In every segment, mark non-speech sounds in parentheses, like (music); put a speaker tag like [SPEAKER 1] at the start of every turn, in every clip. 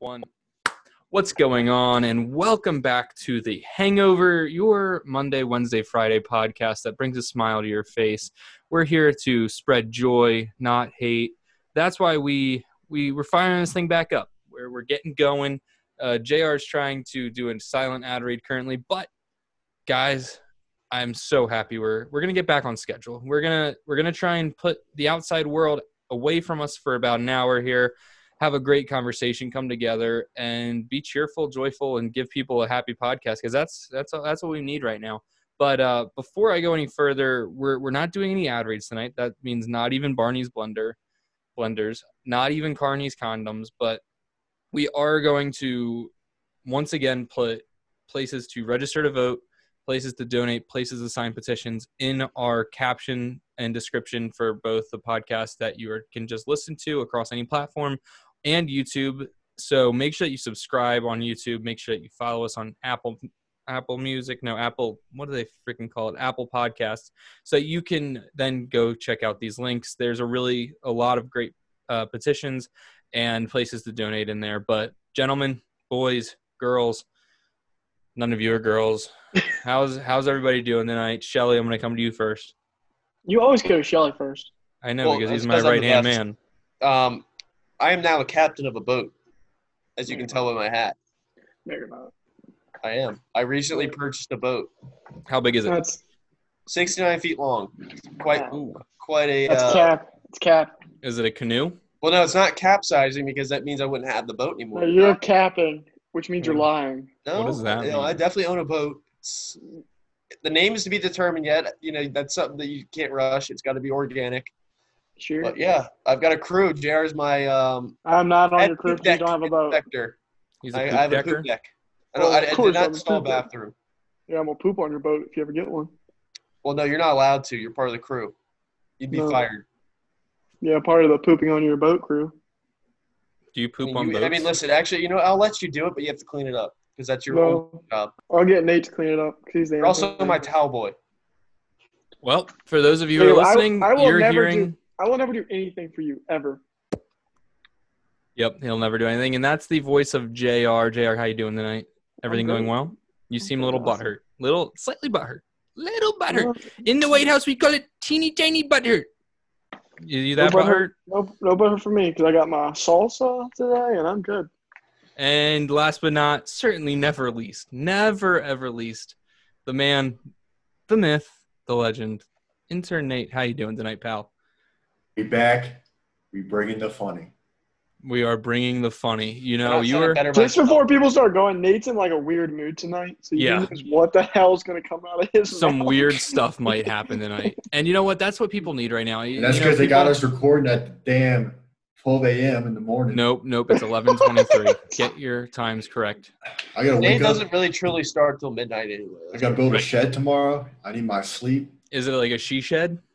[SPEAKER 1] One. What's going on? And welcome back to the Hangover, your Monday, Wednesday, Friday podcast that brings a smile to your face. We're here to spread joy, not hate. That's why we we we're firing this thing back up. Where we're getting going. Uh, Jr. is trying to do a silent ad read currently, but guys, I'm so happy we're we're gonna get back on schedule. We're gonna we're gonna try and put the outside world away from us for about an hour here, have a great conversation, come together, and be cheerful, joyful, and give people a happy podcast because that's that's that's what we need right now. But uh, before I go any further, we're we're not doing any ad reads tonight. That means not even Barney's blender, blenders, not even Carney's condoms. But we are going to once again put places to register to vote places to donate, places to sign petitions in our caption and description for both the podcast that you are, can just listen to across any platform and YouTube. So make sure that you subscribe on YouTube. Make sure that you follow us on Apple Apple Music, no Apple. What do they freaking call it? Apple Podcasts. So you can then go check out these links. There's a really a lot of great uh, petitions and places to donate in there. But gentlemen, boys, girls, none of you are
[SPEAKER 2] (laughs)
[SPEAKER 1] girls. How's how's everybody doing tonight? Shelly, I'm gonna come to you first.
[SPEAKER 3] You always go to Shelly first.
[SPEAKER 1] I know
[SPEAKER 2] Well,
[SPEAKER 1] because
[SPEAKER 2] that's
[SPEAKER 1] he's my
[SPEAKER 2] 'cause I'm
[SPEAKER 1] right hand
[SPEAKER 2] left.
[SPEAKER 1] man.
[SPEAKER 2] Um, I am now a captain of a boat, as you can tell by my hat.
[SPEAKER 3] No, you're not.
[SPEAKER 2] I am. I recently purchased a boat,
[SPEAKER 1] How big is
[SPEAKER 2] Uh,
[SPEAKER 1] it?
[SPEAKER 3] That's
[SPEAKER 2] 69 feet long. Quite,
[SPEAKER 3] Wow.
[SPEAKER 1] Ooh.
[SPEAKER 2] quite a.
[SPEAKER 3] that's
[SPEAKER 2] Uh,
[SPEAKER 3] cap. It's cap.
[SPEAKER 1] Is it a canoe?
[SPEAKER 2] well, no, it's not capsizing because that means I wouldn't have the boat
[SPEAKER 3] No,
[SPEAKER 2] anymore.
[SPEAKER 3] you're capping, which means
[SPEAKER 2] Hmm.
[SPEAKER 1] Yeah.
[SPEAKER 3] you're lying.
[SPEAKER 2] No,
[SPEAKER 1] What does that
[SPEAKER 2] no, I
[SPEAKER 1] mean?
[SPEAKER 2] definitely own a boat. It's- the name is to be determined yet. You know, that's something that you can't rush. It's got to be organic.
[SPEAKER 3] Sure.
[SPEAKER 2] But yeah, I've got a crew. JR is my um,
[SPEAKER 3] I'm not on
[SPEAKER 2] head
[SPEAKER 3] your crew. if
[SPEAKER 2] poop
[SPEAKER 3] You
[SPEAKER 2] deck
[SPEAKER 3] don't have a boat.
[SPEAKER 2] inspector.
[SPEAKER 1] He's a
[SPEAKER 2] I, I
[SPEAKER 1] poop
[SPEAKER 2] have a
[SPEAKER 1] decker.
[SPEAKER 2] poop deck. I,
[SPEAKER 3] Well,
[SPEAKER 2] don't, I,
[SPEAKER 3] of
[SPEAKER 2] I
[SPEAKER 3] course,
[SPEAKER 2] did
[SPEAKER 3] I'm
[SPEAKER 2] not
[SPEAKER 3] a
[SPEAKER 2] install
[SPEAKER 3] poop deck.
[SPEAKER 2] bathroom.
[SPEAKER 3] Yeah, I'm gonna poop on your boat if you ever get one.
[SPEAKER 2] Well, no, you're not allowed to. You're part of the crew. You'd be
[SPEAKER 3] No.
[SPEAKER 2] fired.
[SPEAKER 3] Yeah, part of the pooping on your boat crew.
[SPEAKER 1] Do you
[SPEAKER 2] I
[SPEAKER 1] poop
[SPEAKER 2] mean,
[SPEAKER 1] on
[SPEAKER 2] you-
[SPEAKER 1] boats?
[SPEAKER 2] I mean, listen, actually, you know, I'll let you do it, but you have to clean it up because that's your own
[SPEAKER 3] No,
[SPEAKER 2] job.
[SPEAKER 3] I'll get Nate to clean it up. 'cause He's the
[SPEAKER 2] You're also
[SPEAKER 3] amateur.
[SPEAKER 2] my towel boy.
[SPEAKER 1] well, for those of you who
[SPEAKER 3] Dude,
[SPEAKER 1] are
[SPEAKER 3] I-
[SPEAKER 1] listening,
[SPEAKER 3] I will
[SPEAKER 1] you're
[SPEAKER 3] never do-
[SPEAKER 1] hearing.
[SPEAKER 3] I will never do anything for you ever.
[SPEAKER 1] Yep, he'll never do anything, and that's the voice of Jr. Jr. How you doing tonight? Everything
[SPEAKER 3] good.
[SPEAKER 1] going well? You
[SPEAKER 3] I'm
[SPEAKER 1] seem a
[SPEAKER 3] good,
[SPEAKER 1] little
[SPEAKER 3] awesome.
[SPEAKER 1] butthurt, little slightly butthurt, little
[SPEAKER 3] No,
[SPEAKER 1] butthurt. In the White House, we call it teeny tiny butthurt. You, you that
[SPEAKER 3] No butthurt.
[SPEAKER 1] butthurt?
[SPEAKER 3] no, no better for me because I got my salsa today and I'm good.
[SPEAKER 1] And last but not certainly never least, never ever least, the man, the myth, the legend, intern Nate. How you doing tonight, pal?
[SPEAKER 4] We back. We bringing the funny.
[SPEAKER 1] We are bringing the funny. You know,
[SPEAKER 2] I'm
[SPEAKER 1] you
[SPEAKER 2] trying to
[SPEAKER 1] were
[SPEAKER 2] better
[SPEAKER 3] Just
[SPEAKER 2] myself.
[SPEAKER 3] before people start going, Nate's in like a weird mood tonight, so you
[SPEAKER 1] Yeah.
[SPEAKER 3] knows what the hell's gonna come out of his
[SPEAKER 1] some
[SPEAKER 3] mouth.
[SPEAKER 1] weird stuff might happen tonight. And you know what? That's what people need right now. You-
[SPEAKER 4] And that's
[SPEAKER 1] you know,
[SPEAKER 4] because they got
[SPEAKER 1] people-
[SPEAKER 4] us recording at the damn 12 a.m. in the morning.
[SPEAKER 1] Nope, nope. It's eleven twenty-three. Get your times correct.
[SPEAKER 4] I gotta
[SPEAKER 2] Nate
[SPEAKER 4] wake up.
[SPEAKER 2] doesn't really truly start till midnight anyway.
[SPEAKER 4] I gotta build
[SPEAKER 1] Right.
[SPEAKER 4] a shed tomorrow. I need my sleep.
[SPEAKER 1] Is it like a she shed? (laughs)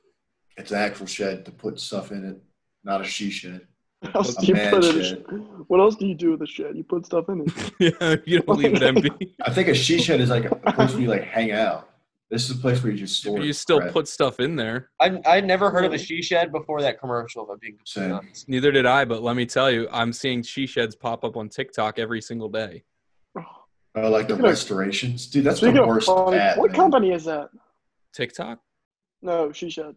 [SPEAKER 4] It's an actual shed to put stuff in it, not a she shed.
[SPEAKER 3] What else
[SPEAKER 4] A
[SPEAKER 3] do (laughs) you
[SPEAKER 4] man
[SPEAKER 3] put in a
[SPEAKER 4] shed.
[SPEAKER 3] sh- What else do you do with the shit? You put stuff in it.
[SPEAKER 1] (laughs) yeah, you don't leave it
[SPEAKER 3] (laughs)
[SPEAKER 1] empty. (laughs)
[SPEAKER 4] I think a she shed is like a, a place where you like hang out. This is a place where you just store.
[SPEAKER 1] You still
[SPEAKER 4] crap.
[SPEAKER 1] put stuff in there.
[SPEAKER 2] I I never heard of a she shed before that commercial. If I'm being completely
[SPEAKER 4] Same.
[SPEAKER 2] honest.
[SPEAKER 1] Neither did I, but let me tell you, I'm seeing she sheds pop up on TikTok every single day.
[SPEAKER 4] Oh, like the
[SPEAKER 3] Speaking of-
[SPEAKER 4] restorations, dude. That's the
[SPEAKER 3] Speaking of
[SPEAKER 4] worst.
[SPEAKER 3] funny,
[SPEAKER 4] ad,
[SPEAKER 3] what
[SPEAKER 4] man.
[SPEAKER 3] company is that?
[SPEAKER 1] TikTok?
[SPEAKER 3] No, she said.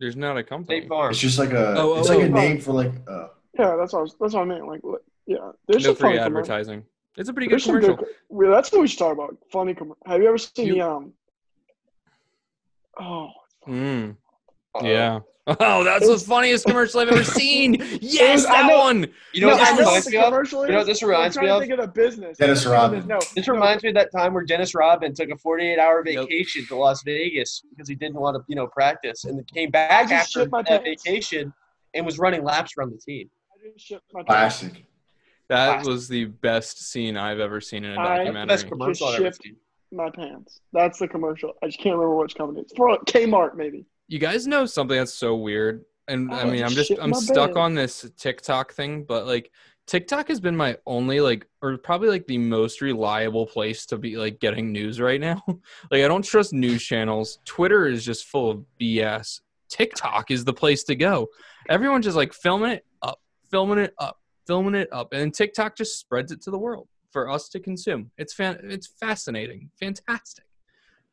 [SPEAKER 1] There's not a
[SPEAKER 2] State
[SPEAKER 1] company.
[SPEAKER 2] Farm.
[SPEAKER 4] It's just like a.
[SPEAKER 1] Oh,
[SPEAKER 4] it's
[SPEAKER 1] oh,
[SPEAKER 4] like
[SPEAKER 1] oh.
[SPEAKER 4] a name for like. Uh,
[SPEAKER 3] Yeah, that's what I was, that's what I meant. Like, what- yeah, there's
[SPEAKER 1] No
[SPEAKER 3] some
[SPEAKER 1] free
[SPEAKER 3] funny commercials.
[SPEAKER 1] advertising. It's a pretty good
[SPEAKER 3] There's some good.
[SPEAKER 1] commercial.
[SPEAKER 3] Well, that's what we should talk about. Funny commercial. Have you ever seen
[SPEAKER 1] You-
[SPEAKER 3] the um? Oh,
[SPEAKER 1] Mm,
[SPEAKER 2] Uh-oh.
[SPEAKER 1] yeah. (laughs) Oh, that's the funniest commercial I've ever
[SPEAKER 3] (laughs)
[SPEAKER 1] seen. Yes,
[SPEAKER 3] I
[SPEAKER 1] that
[SPEAKER 3] know-
[SPEAKER 1] one.
[SPEAKER 2] You know
[SPEAKER 3] No,
[SPEAKER 2] what this
[SPEAKER 3] I know what
[SPEAKER 2] reminds
[SPEAKER 3] the
[SPEAKER 2] me of?
[SPEAKER 3] commercial is.
[SPEAKER 2] You know what this
[SPEAKER 3] I'm
[SPEAKER 2] reminds
[SPEAKER 3] trying
[SPEAKER 2] me
[SPEAKER 3] to
[SPEAKER 2] of?
[SPEAKER 3] think of the business.
[SPEAKER 4] Dennis
[SPEAKER 3] I'm trying to
[SPEAKER 4] Rodman.
[SPEAKER 3] think of this-
[SPEAKER 2] This
[SPEAKER 3] No,
[SPEAKER 2] reminds me of that time where Dennis Rodman took a 48-hour
[SPEAKER 1] Yep.
[SPEAKER 2] vacation to Las Vegas because he didn't want to, you know, practice, and came
[SPEAKER 3] I
[SPEAKER 2] back
[SPEAKER 3] just
[SPEAKER 2] after
[SPEAKER 3] shit my
[SPEAKER 2] that
[SPEAKER 3] pants.
[SPEAKER 2] vacation and was running laps around the team.
[SPEAKER 3] no, I didn't shit my pants.
[SPEAKER 4] classic.
[SPEAKER 1] That
[SPEAKER 2] Classic.
[SPEAKER 1] was the best scene I've ever seen in a
[SPEAKER 3] I-
[SPEAKER 2] That's the best
[SPEAKER 1] documentary.
[SPEAKER 2] commercial I've ever
[SPEAKER 3] shift.
[SPEAKER 2] seen.
[SPEAKER 3] My pants. That's the commercial. I just can't remember which company. It's for Kmart maybe.
[SPEAKER 1] You guys know something that's so weird, and I
[SPEAKER 3] Oh,
[SPEAKER 1] mean,
[SPEAKER 3] you
[SPEAKER 1] I'm just
[SPEAKER 3] shit
[SPEAKER 1] I'm
[SPEAKER 3] my
[SPEAKER 1] stuck
[SPEAKER 3] bed.
[SPEAKER 1] on this TikTok thing, but like TikTok has been my only like, or probably like the most reliable place to be like getting news right now. (laughs) like I don't trust news channels. Twitter is just full of BS. TikTok is the place to go. Everyone's just like filming it up, filming it up, filming it up, and then TikTok just spreads it to the world for us to consume. It's fan, it's fascinating, fantastic.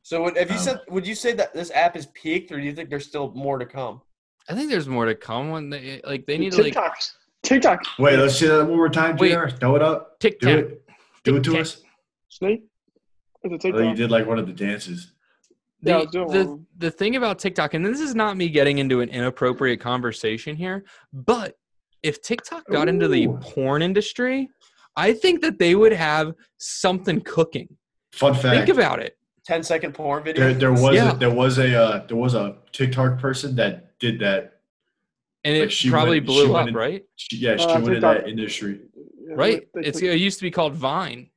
[SPEAKER 2] So would, have you
[SPEAKER 4] Um,
[SPEAKER 2] said? Would you say that this app is peaked, or do you think there's still more to come?
[SPEAKER 1] I think there's more to come when they like they need to like
[SPEAKER 3] TikTok. TikTok.
[SPEAKER 4] Wait, let's see that one more time,
[SPEAKER 1] Wait.
[SPEAKER 4] JR. Throw it up. Do
[SPEAKER 1] TikTok.
[SPEAKER 4] it. Do it to
[SPEAKER 1] Tic-tac.
[SPEAKER 4] us.
[SPEAKER 3] Snake? Is it
[SPEAKER 4] Oh, you
[SPEAKER 3] TikTok?
[SPEAKER 4] did like one of the dances.
[SPEAKER 3] Yeah, I
[SPEAKER 1] the,
[SPEAKER 3] was doing
[SPEAKER 1] the,
[SPEAKER 3] one.
[SPEAKER 1] the thing about TikTok, and this is not me getting into an inappropriate conversation here, but if TikTok got into the
[SPEAKER 4] Ooh.
[SPEAKER 1] porn industry, I think that they would have something cooking.
[SPEAKER 4] Fun fact.
[SPEAKER 1] Think about it.
[SPEAKER 2] 10 second porn video.
[SPEAKER 4] there, there was
[SPEAKER 1] Yeah.
[SPEAKER 4] a, there was a uh, there was a TikTok person that did that.
[SPEAKER 1] And it
[SPEAKER 4] Like, she
[SPEAKER 1] probably
[SPEAKER 4] went- she
[SPEAKER 1] blew
[SPEAKER 4] went
[SPEAKER 1] up,
[SPEAKER 4] in-
[SPEAKER 1] right?
[SPEAKER 4] She, yeah, she
[SPEAKER 3] Uh,
[SPEAKER 4] went in
[SPEAKER 3] TikTok.
[SPEAKER 4] that industry.
[SPEAKER 3] Yeah,
[SPEAKER 1] Right.
[SPEAKER 3] they- they
[SPEAKER 1] It's,
[SPEAKER 3] took-
[SPEAKER 1] it used to be called Vine.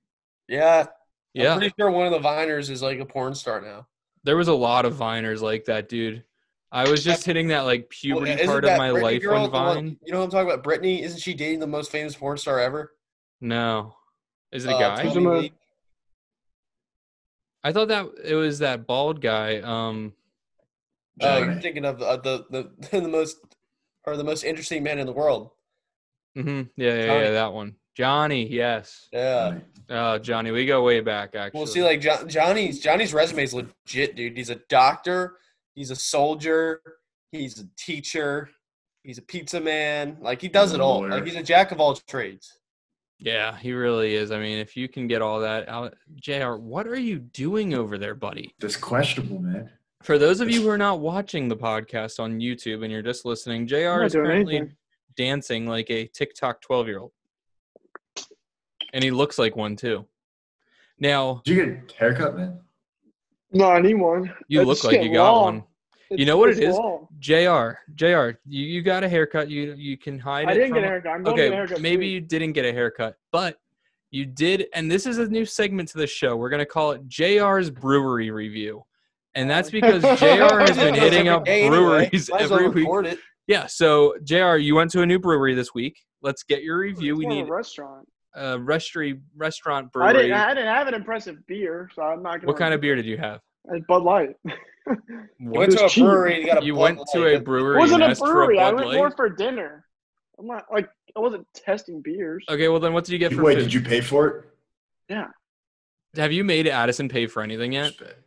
[SPEAKER 2] yeah,
[SPEAKER 1] Yeah.
[SPEAKER 2] I'm pretty sure one of the Viners is like a porn star now.
[SPEAKER 1] there was a lot of Viners like that, dude. I was just hitting that like
[SPEAKER 2] Well,
[SPEAKER 1] puberty
[SPEAKER 2] isn't
[SPEAKER 1] part of
[SPEAKER 2] that
[SPEAKER 1] my
[SPEAKER 2] Britney
[SPEAKER 1] life
[SPEAKER 2] girl
[SPEAKER 1] on
[SPEAKER 2] the one-
[SPEAKER 1] Vine.
[SPEAKER 2] you know what I'm talking about? Brittany, isn't she dating the most famous porn star ever?
[SPEAKER 1] No. Is it a
[SPEAKER 2] Uh,
[SPEAKER 1] guy?
[SPEAKER 2] Tommy
[SPEAKER 3] Isn't
[SPEAKER 2] Lee.
[SPEAKER 1] I thought that it was that bald guy. Um,
[SPEAKER 2] Uh,
[SPEAKER 4] Jeremy.
[SPEAKER 2] you're thinking of uh, the, the (laughs) the most or the most interesting man in the world.
[SPEAKER 1] hmm Yeah, yeah, yeah,
[SPEAKER 2] Johnny.
[SPEAKER 1] that one. Johnny, yes.
[SPEAKER 2] Yeah.
[SPEAKER 1] Uh, Johnny, we go way back, actually.
[SPEAKER 2] Well, see, like Jo- Johnny's Johnny's resume is legit, dude. He's a doctor. He's a soldier. He's a teacher. He's a pizza man. Like he does it all.
[SPEAKER 4] Lawyer.
[SPEAKER 2] Like he's a jack of all
[SPEAKER 1] (laughs)
[SPEAKER 2] trades.
[SPEAKER 1] yeah, he really is. I mean, if you can get all that out, Jr., what are you doing over there, buddy?
[SPEAKER 4] That's questionable, man.
[SPEAKER 1] For those of you who are not watching the podcast on YouTube and you're just listening,
[SPEAKER 3] I'm
[SPEAKER 1] Jr.
[SPEAKER 3] not
[SPEAKER 1] is
[SPEAKER 3] doing
[SPEAKER 1] currently
[SPEAKER 3] anything.
[SPEAKER 1] dancing like a TikTok 12 year old. And he looks like one too. Now,
[SPEAKER 4] Did you get a haircut, man?
[SPEAKER 3] No, I need one.
[SPEAKER 1] you
[SPEAKER 3] It's
[SPEAKER 1] look like
[SPEAKER 3] getting
[SPEAKER 1] you got
[SPEAKER 3] long.
[SPEAKER 1] one.
[SPEAKER 3] It's-
[SPEAKER 1] You know what it
[SPEAKER 3] it's
[SPEAKER 1] is?
[SPEAKER 3] long.
[SPEAKER 1] JR, JR, you, you got a haircut. You you can hide
[SPEAKER 3] I
[SPEAKER 1] it
[SPEAKER 3] didn't
[SPEAKER 1] from
[SPEAKER 3] get a haircut. I'm going to get a
[SPEAKER 1] Okay,
[SPEAKER 3] haircut.
[SPEAKER 1] maybe
[SPEAKER 3] soon.
[SPEAKER 1] you didn't get a haircut, but you did and this is a new segment to the show. We're going to call it JR's brewery review. And that's because
[SPEAKER 3] (laughs)
[SPEAKER 1] JR has been
[SPEAKER 2] Every
[SPEAKER 1] hitting up
[SPEAKER 2] day anyway.
[SPEAKER 1] breweries
[SPEAKER 2] Might as well
[SPEAKER 1] every week.
[SPEAKER 2] record it.
[SPEAKER 1] Yeah, so JR, you went to a new brewery this week. Let's get your review.
[SPEAKER 3] It's
[SPEAKER 1] We
[SPEAKER 3] more of
[SPEAKER 1] need
[SPEAKER 3] a restaurant.
[SPEAKER 1] a restaurant restaurant
[SPEAKER 3] I
[SPEAKER 1] brewery.
[SPEAKER 3] didn't. I didn't have an impressive beer, so I'm not gonna.
[SPEAKER 1] What kind of beer did you have?
[SPEAKER 3] It's Bud Light. (laughs)
[SPEAKER 2] You went
[SPEAKER 3] was
[SPEAKER 2] to a
[SPEAKER 3] cheap.
[SPEAKER 2] brewery. And you got a
[SPEAKER 1] You
[SPEAKER 2] Bud
[SPEAKER 1] went to
[SPEAKER 2] Light.
[SPEAKER 1] a brewery.
[SPEAKER 3] it wasn't
[SPEAKER 1] and
[SPEAKER 3] a
[SPEAKER 1] asked for
[SPEAKER 3] brewery. I
[SPEAKER 1] Bud
[SPEAKER 3] went
[SPEAKER 1] Light?
[SPEAKER 3] more for dinner. I'm not like I wasn't testing beers.
[SPEAKER 1] Okay, well then, what did you get
[SPEAKER 4] You-
[SPEAKER 1] for
[SPEAKER 4] wait,
[SPEAKER 1] food?
[SPEAKER 4] did you pay for it?
[SPEAKER 1] Have you made Addison pay for anything yet?
[SPEAKER 4] Respect.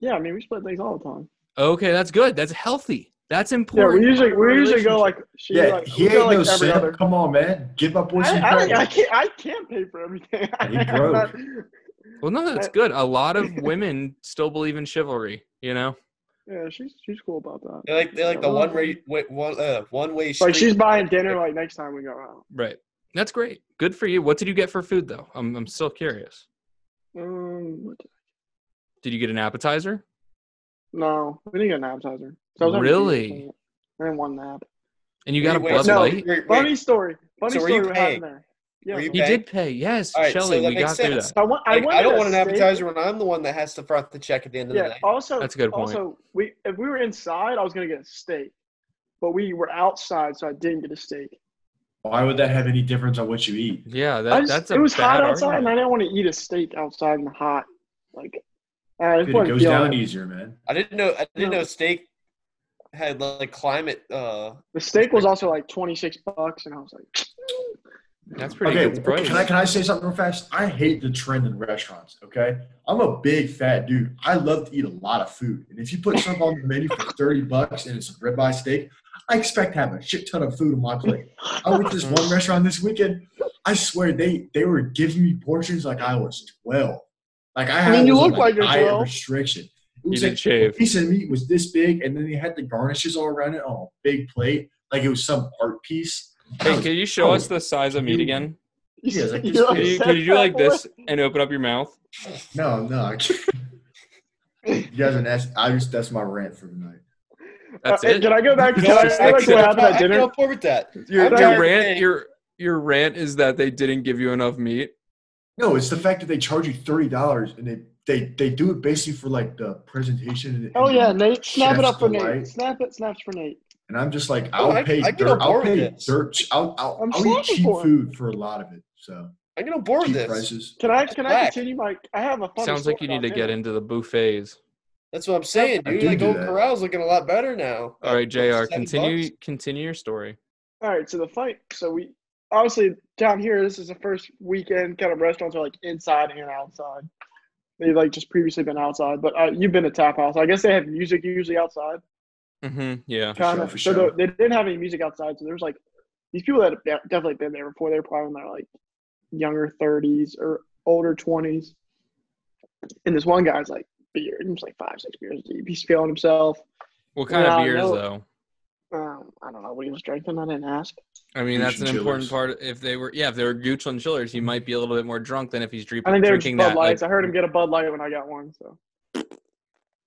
[SPEAKER 3] Yeah, I mean we split things all the time.
[SPEAKER 1] Okay, that's good. That's healthy. That's
[SPEAKER 3] Yeah,
[SPEAKER 1] important.
[SPEAKER 3] we usually
[SPEAKER 1] for a
[SPEAKER 3] we usually go
[SPEAKER 1] relationship.
[SPEAKER 3] like she
[SPEAKER 4] Yeah,
[SPEAKER 3] like
[SPEAKER 4] he
[SPEAKER 3] we
[SPEAKER 4] ain't
[SPEAKER 3] go
[SPEAKER 4] no
[SPEAKER 3] like every
[SPEAKER 4] simp.
[SPEAKER 3] other.
[SPEAKER 4] Come on, man. Give my boy some
[SPEAKER 3] I, I,
[SPEAKER 4] credit.
[SPEAKER 3] I can't I can't pay for everything. (laughs) I'm not-
[SPEAKER 1] Well, no, that's
[SPEAKER 3] I-
[SPEAKER 1] good. A lot
[SPEAKER 3] (laughs)
[SPEAKER 1] of women still believe in chivalry. You know.
[SPEAKER 3] yeah, she's she's cool about that.
[SPEAKER 2] They like they like the one way one uh one way street.
[SPEAKER 3] Like she's buying dinner like next time we go out.
[SPEAKER 1] Right. That's great. Good for you. What did you get for food though? I'm I'm still curious.
[SPEAKER 3] Um, what-
[SPEAKER 1] Did you get an appetizer?
[SPEAKER 3] no, we didn't get an appetizer. So I was having
[SPEAKER 1] Really?
[SPEAKER 3] pizza. I didn't want an app.
[SPEAKER 1] And you got a
[SPEAKER 2] Wait,
[SPEAKER 1] Bud
[SPEAKER 3] no.
[SPEAKER 1] Light.
[SPEAKER 2] wait, wait.
[SPEAKER 3] Funny story. Funny
[SPEAKER 2] So were
[SPEAKER 3] story.
[SPEAKER 2] you
[SPEAKER 3] What happened
[SPEAKER 2] paying?
[SPEAKER 3] there? Yeah.
[SPEAKER 2] Were you
[SPEAKER 1] He
[SPEAKER 2] Okay.
[SPEAKER 1] did pay. Yes,
[SPEAKER 2] All right, so
[SPEAKER 1] Shelly,
[SPEAKER 2] that
[SPEAKER 1] we
[SPEAKER 2] makes
[SPEAKER 1] got through
[SPEAKER 2] sense.
[SPEAKER 1] that.
[SPEAKER 3] I want. I,
[SPEAKER 2] Like,
[SPEAKER 3] wanted
[SPEAKER 2] I don't
[SPEAKER 3] a
[SPEAKER 2] want an
[SPEAKER 3] steak.
[SPEAKER 2] appetizer when I'm the one that has to front the check at the end of the
[SPEAKER 3] Yeah.
[SPEAKER 2] night.
[SPEAKER 3] Also,
[SPEAKER 1] That's a good point.
[SPEAKER 3] Also, we if we were inside, I was gonna get a steak, but we were outside, so I didn't get a steak.
[SPEAKER 4] Why would that have any difference on what you eat?
[SPEAKER 1] Yeah,
[SPEAKER 3] I
[SPEAKER 1] that,
[SPEAKER 3] just-
[SPEAKER 1] that's a
[SPEAKER 3] it was
[SPEAKER 1] bad
[SPEAKER 3] hot outside,
[SPEAKER 1] argument.
[SPEAKER 3] and I didn't want to eat a steak outside in the hot. Like, I
[SPEAKER 4] Dude,
[SPEAKER 3] just
[SPEAKER 4] it
[SPEAKER 3] wasn't
[SPEAKER 4] goes
[SPEAKER 3] feeling
[SPEAKER 4] down
[SPEAKER 3] it.
[SPEAKER 4] easier, man.
[SPEAKER 2] I didn't know. I didn't
[SPEAKER 3] No.
[SPEAKER 2] know steak had like climate. Uh,
[SPEAKER 3] The steak was also like twenty six bucks, and I was like, (laughs)
[SPEAKER 1] That's pretty
[SPEAKER 4] okay,
[SPEAKER 1] good price.
[SPEAKER 4] can I can I say something real fast? I hate the trend in restaurants. Okay, I'm a big fat dude. I love to eat a lot of food, and if you put something on the menu for thirty bucks and it's a ribeye steak, I expect to have a shit ton of food on my plate. I went to this one restaurant this weekend. I swear they they were giving me portions like I was twelve. Like I,
[SPEAKER 3] I mean,
[SPEAKER 4] had-
[SPEAKER 3] you
[SPEAKER 4] was on,
[SPEAKER 3] look like you're
[SPEAKER 4] diet
[SPEAKER 3] 12.
[SPEAKER 4] restriction. It
[SPEAKER 1] you
[SPEAKER 4] was
[SPEAKER 1] did
[SPEAKER 4] like, a
[SPEAKER 1] shave.
[SPEAKER 4] piece of meat was this big, and then they had the garnishes all around it on a big plate, like it was some art piece.
[SPEAKER 1] Hey, can you show
[SPEAKER 4] Oh,
[SPEAKER 1] us the size of meat
[SPEAKER 4] dude.
[SPEAKER 1] again?
[SPEAKER 3] (laughs)
[SPEAKER 4] Yeah, it's like this
[SPEAKER 3] You're
[SPEAKER 4] big.
[SPEAKER 1] Can you, can you do like this and open up your mouth?
[SPEAKER 4] No, no. I can't. you guys are nasty. I just that's my rant for tonight.
[SPEAKER 1] That's
[SPEAKER 3] Uh, hey,
[SPEAKER 1] it.
[SPEAKER 3] Can I go back? Can
[SPEAKER 1] No,
[SPEAKER 3] I
[SPEAKER 1] it's
[SPEAKER 3] go back to
[SPEAKER 1] excellent.
[SPEAKER 3] what happened at
[SPEAKER 2] I
[SPEAKER 3] dinner?
[SPEAKER 2] can afford with that.
[SPEAKER 3] Your-
[SPEAKER 2] I'm
[SPEAKER 3] your
[SPEAKER 2] trying
[SPEAKER 1] Your
[SPEAKER 2] to
[SPEAKER 1] rant,
[SPEAKER 2] think.
[SPEAKER 1] your your rant is that they didn't give you enough meat.
[SPEAKER 4] No, it's the fact that they charge you thirty dollars and they they they do it basically for like the presentation. And,
[SPEAKER 3] Oh yeah, Nate, snap it
[SPEAKER 4] Chef's
[SPEAKER 3] up for Nate.
[SPEAKER 4] delight.
[SPEAKER 3] Snap it, snaps for Nate.
[SPEAKER 4] and I'm just like,
[SPEAKER 2] Oh,
[SPEAKER 4] I'll
[SPEAKER 2] I-
[SPEAKER 4] pay
[SPEAKER 2] I get on
[SPEAKER 4] dirt. I'll
[SPEAKER 2] board with
[SPEAKER 4] pay
[SPEAKER 2] this.
[SPEAKER 4] dirt. I'll I'll,
[SPEAKER 3] I'm
[SPEAKER 4] I'll
[SPEAKER 3] sorry
[SPEAKER 4] eat cheap
[SPEAKER 3] for it.
[SPEAKER 4] food for a lot of it. So
[SPEAKER 2] I can afford
[SPEAKER 4] cheap
[SPEAKER 2] this.
[SPEAKER 4] prices.
[SPEAKER 3] Can I can I
[SPEAKER 2] Black.
[SPEAKER 3] continue my? I have a funny.
[SPEAKER 1] Sounds like you
[SPEAKER 3] story
[SPEAKER 1] need to
[SPEAKER 3] about
[SPEAKER 1] get
[SPEAKER 3] dinner.
[SPEAKER 1] into the buffets.
[SPEAKER 2] That's what I'm saying,
[SPEAKER 4] I
[SPEAKER 2] dude.
[SPEAKER 4] do
[SPEAKER 2] Like
[SPEAKER 4] do
[SPEAKER 2] Old
[SPEAKER 4] that.
[SPEAKER 2] Corral's looking a lot better now.
[SPEAKER 1] Uh, All right, Jr.
[SPEAKER 2] Seven
[SPEAKER 1] Continue
[SPEAKER 2] bucks.
[SPEAKER 1] continue your story.
[SPEAKER 3] All right, so the fight. So we obviously down here, this is the first weekend kind of restaurants are like inside and outside. They've like just previously been outside, but uh, you've been to tap house. I guess they have music usually outside.
[SPEAKER 1] Mm-hmm. Yeah.
[SPEAKER 4] For
[SPEAKER 3] Kind
[SPEAKER 4] sure,
[SPEAKER 3] of.
[SPEAKER 4] for
[SPEAKER 3] so
[SPEAKER 4] sure.
[SPEAKER 3] the- they didn't have any music outside, so there's like these people that have de- definitely been there before. They're probably in their like younger 30s or older 20s. And this one guy's like beer, and he's like five, six beers deep. He's feeling himself.
[SPEAKER 1] What kind
[SPEAKER 3] Yeah,
[SPEAKER 1] of beers
[SPEAKER 3] no-
[SPEAKER 1] though?
[SPEAKER 3] Um, I don't know what he was drinking. I didn't ask.
[SPEAKER 1] I mean, that's an
[SPEAKER 4] Gooch and
[SPEAKER 1] important
[SPEAKER 4] Chillers.
[SPEAKER 1] part. If they were, yeah, if they were Gooch and Chillers,
[SPEAKER 2] Mm-hmm.
[SPEAKER 1] he might be a little bit more drunk than if he's drinking.
[SPEAKER 3] I think they were just
[SPEAKER 1] drinking
[SPEAKER 3] Bud
[SPEAKER 1] that,
[SPEAKER 3] Lights.
[SPEAKER 1] like-
[SPEAKER 3] I heard him get a Bud Light when I got one. So,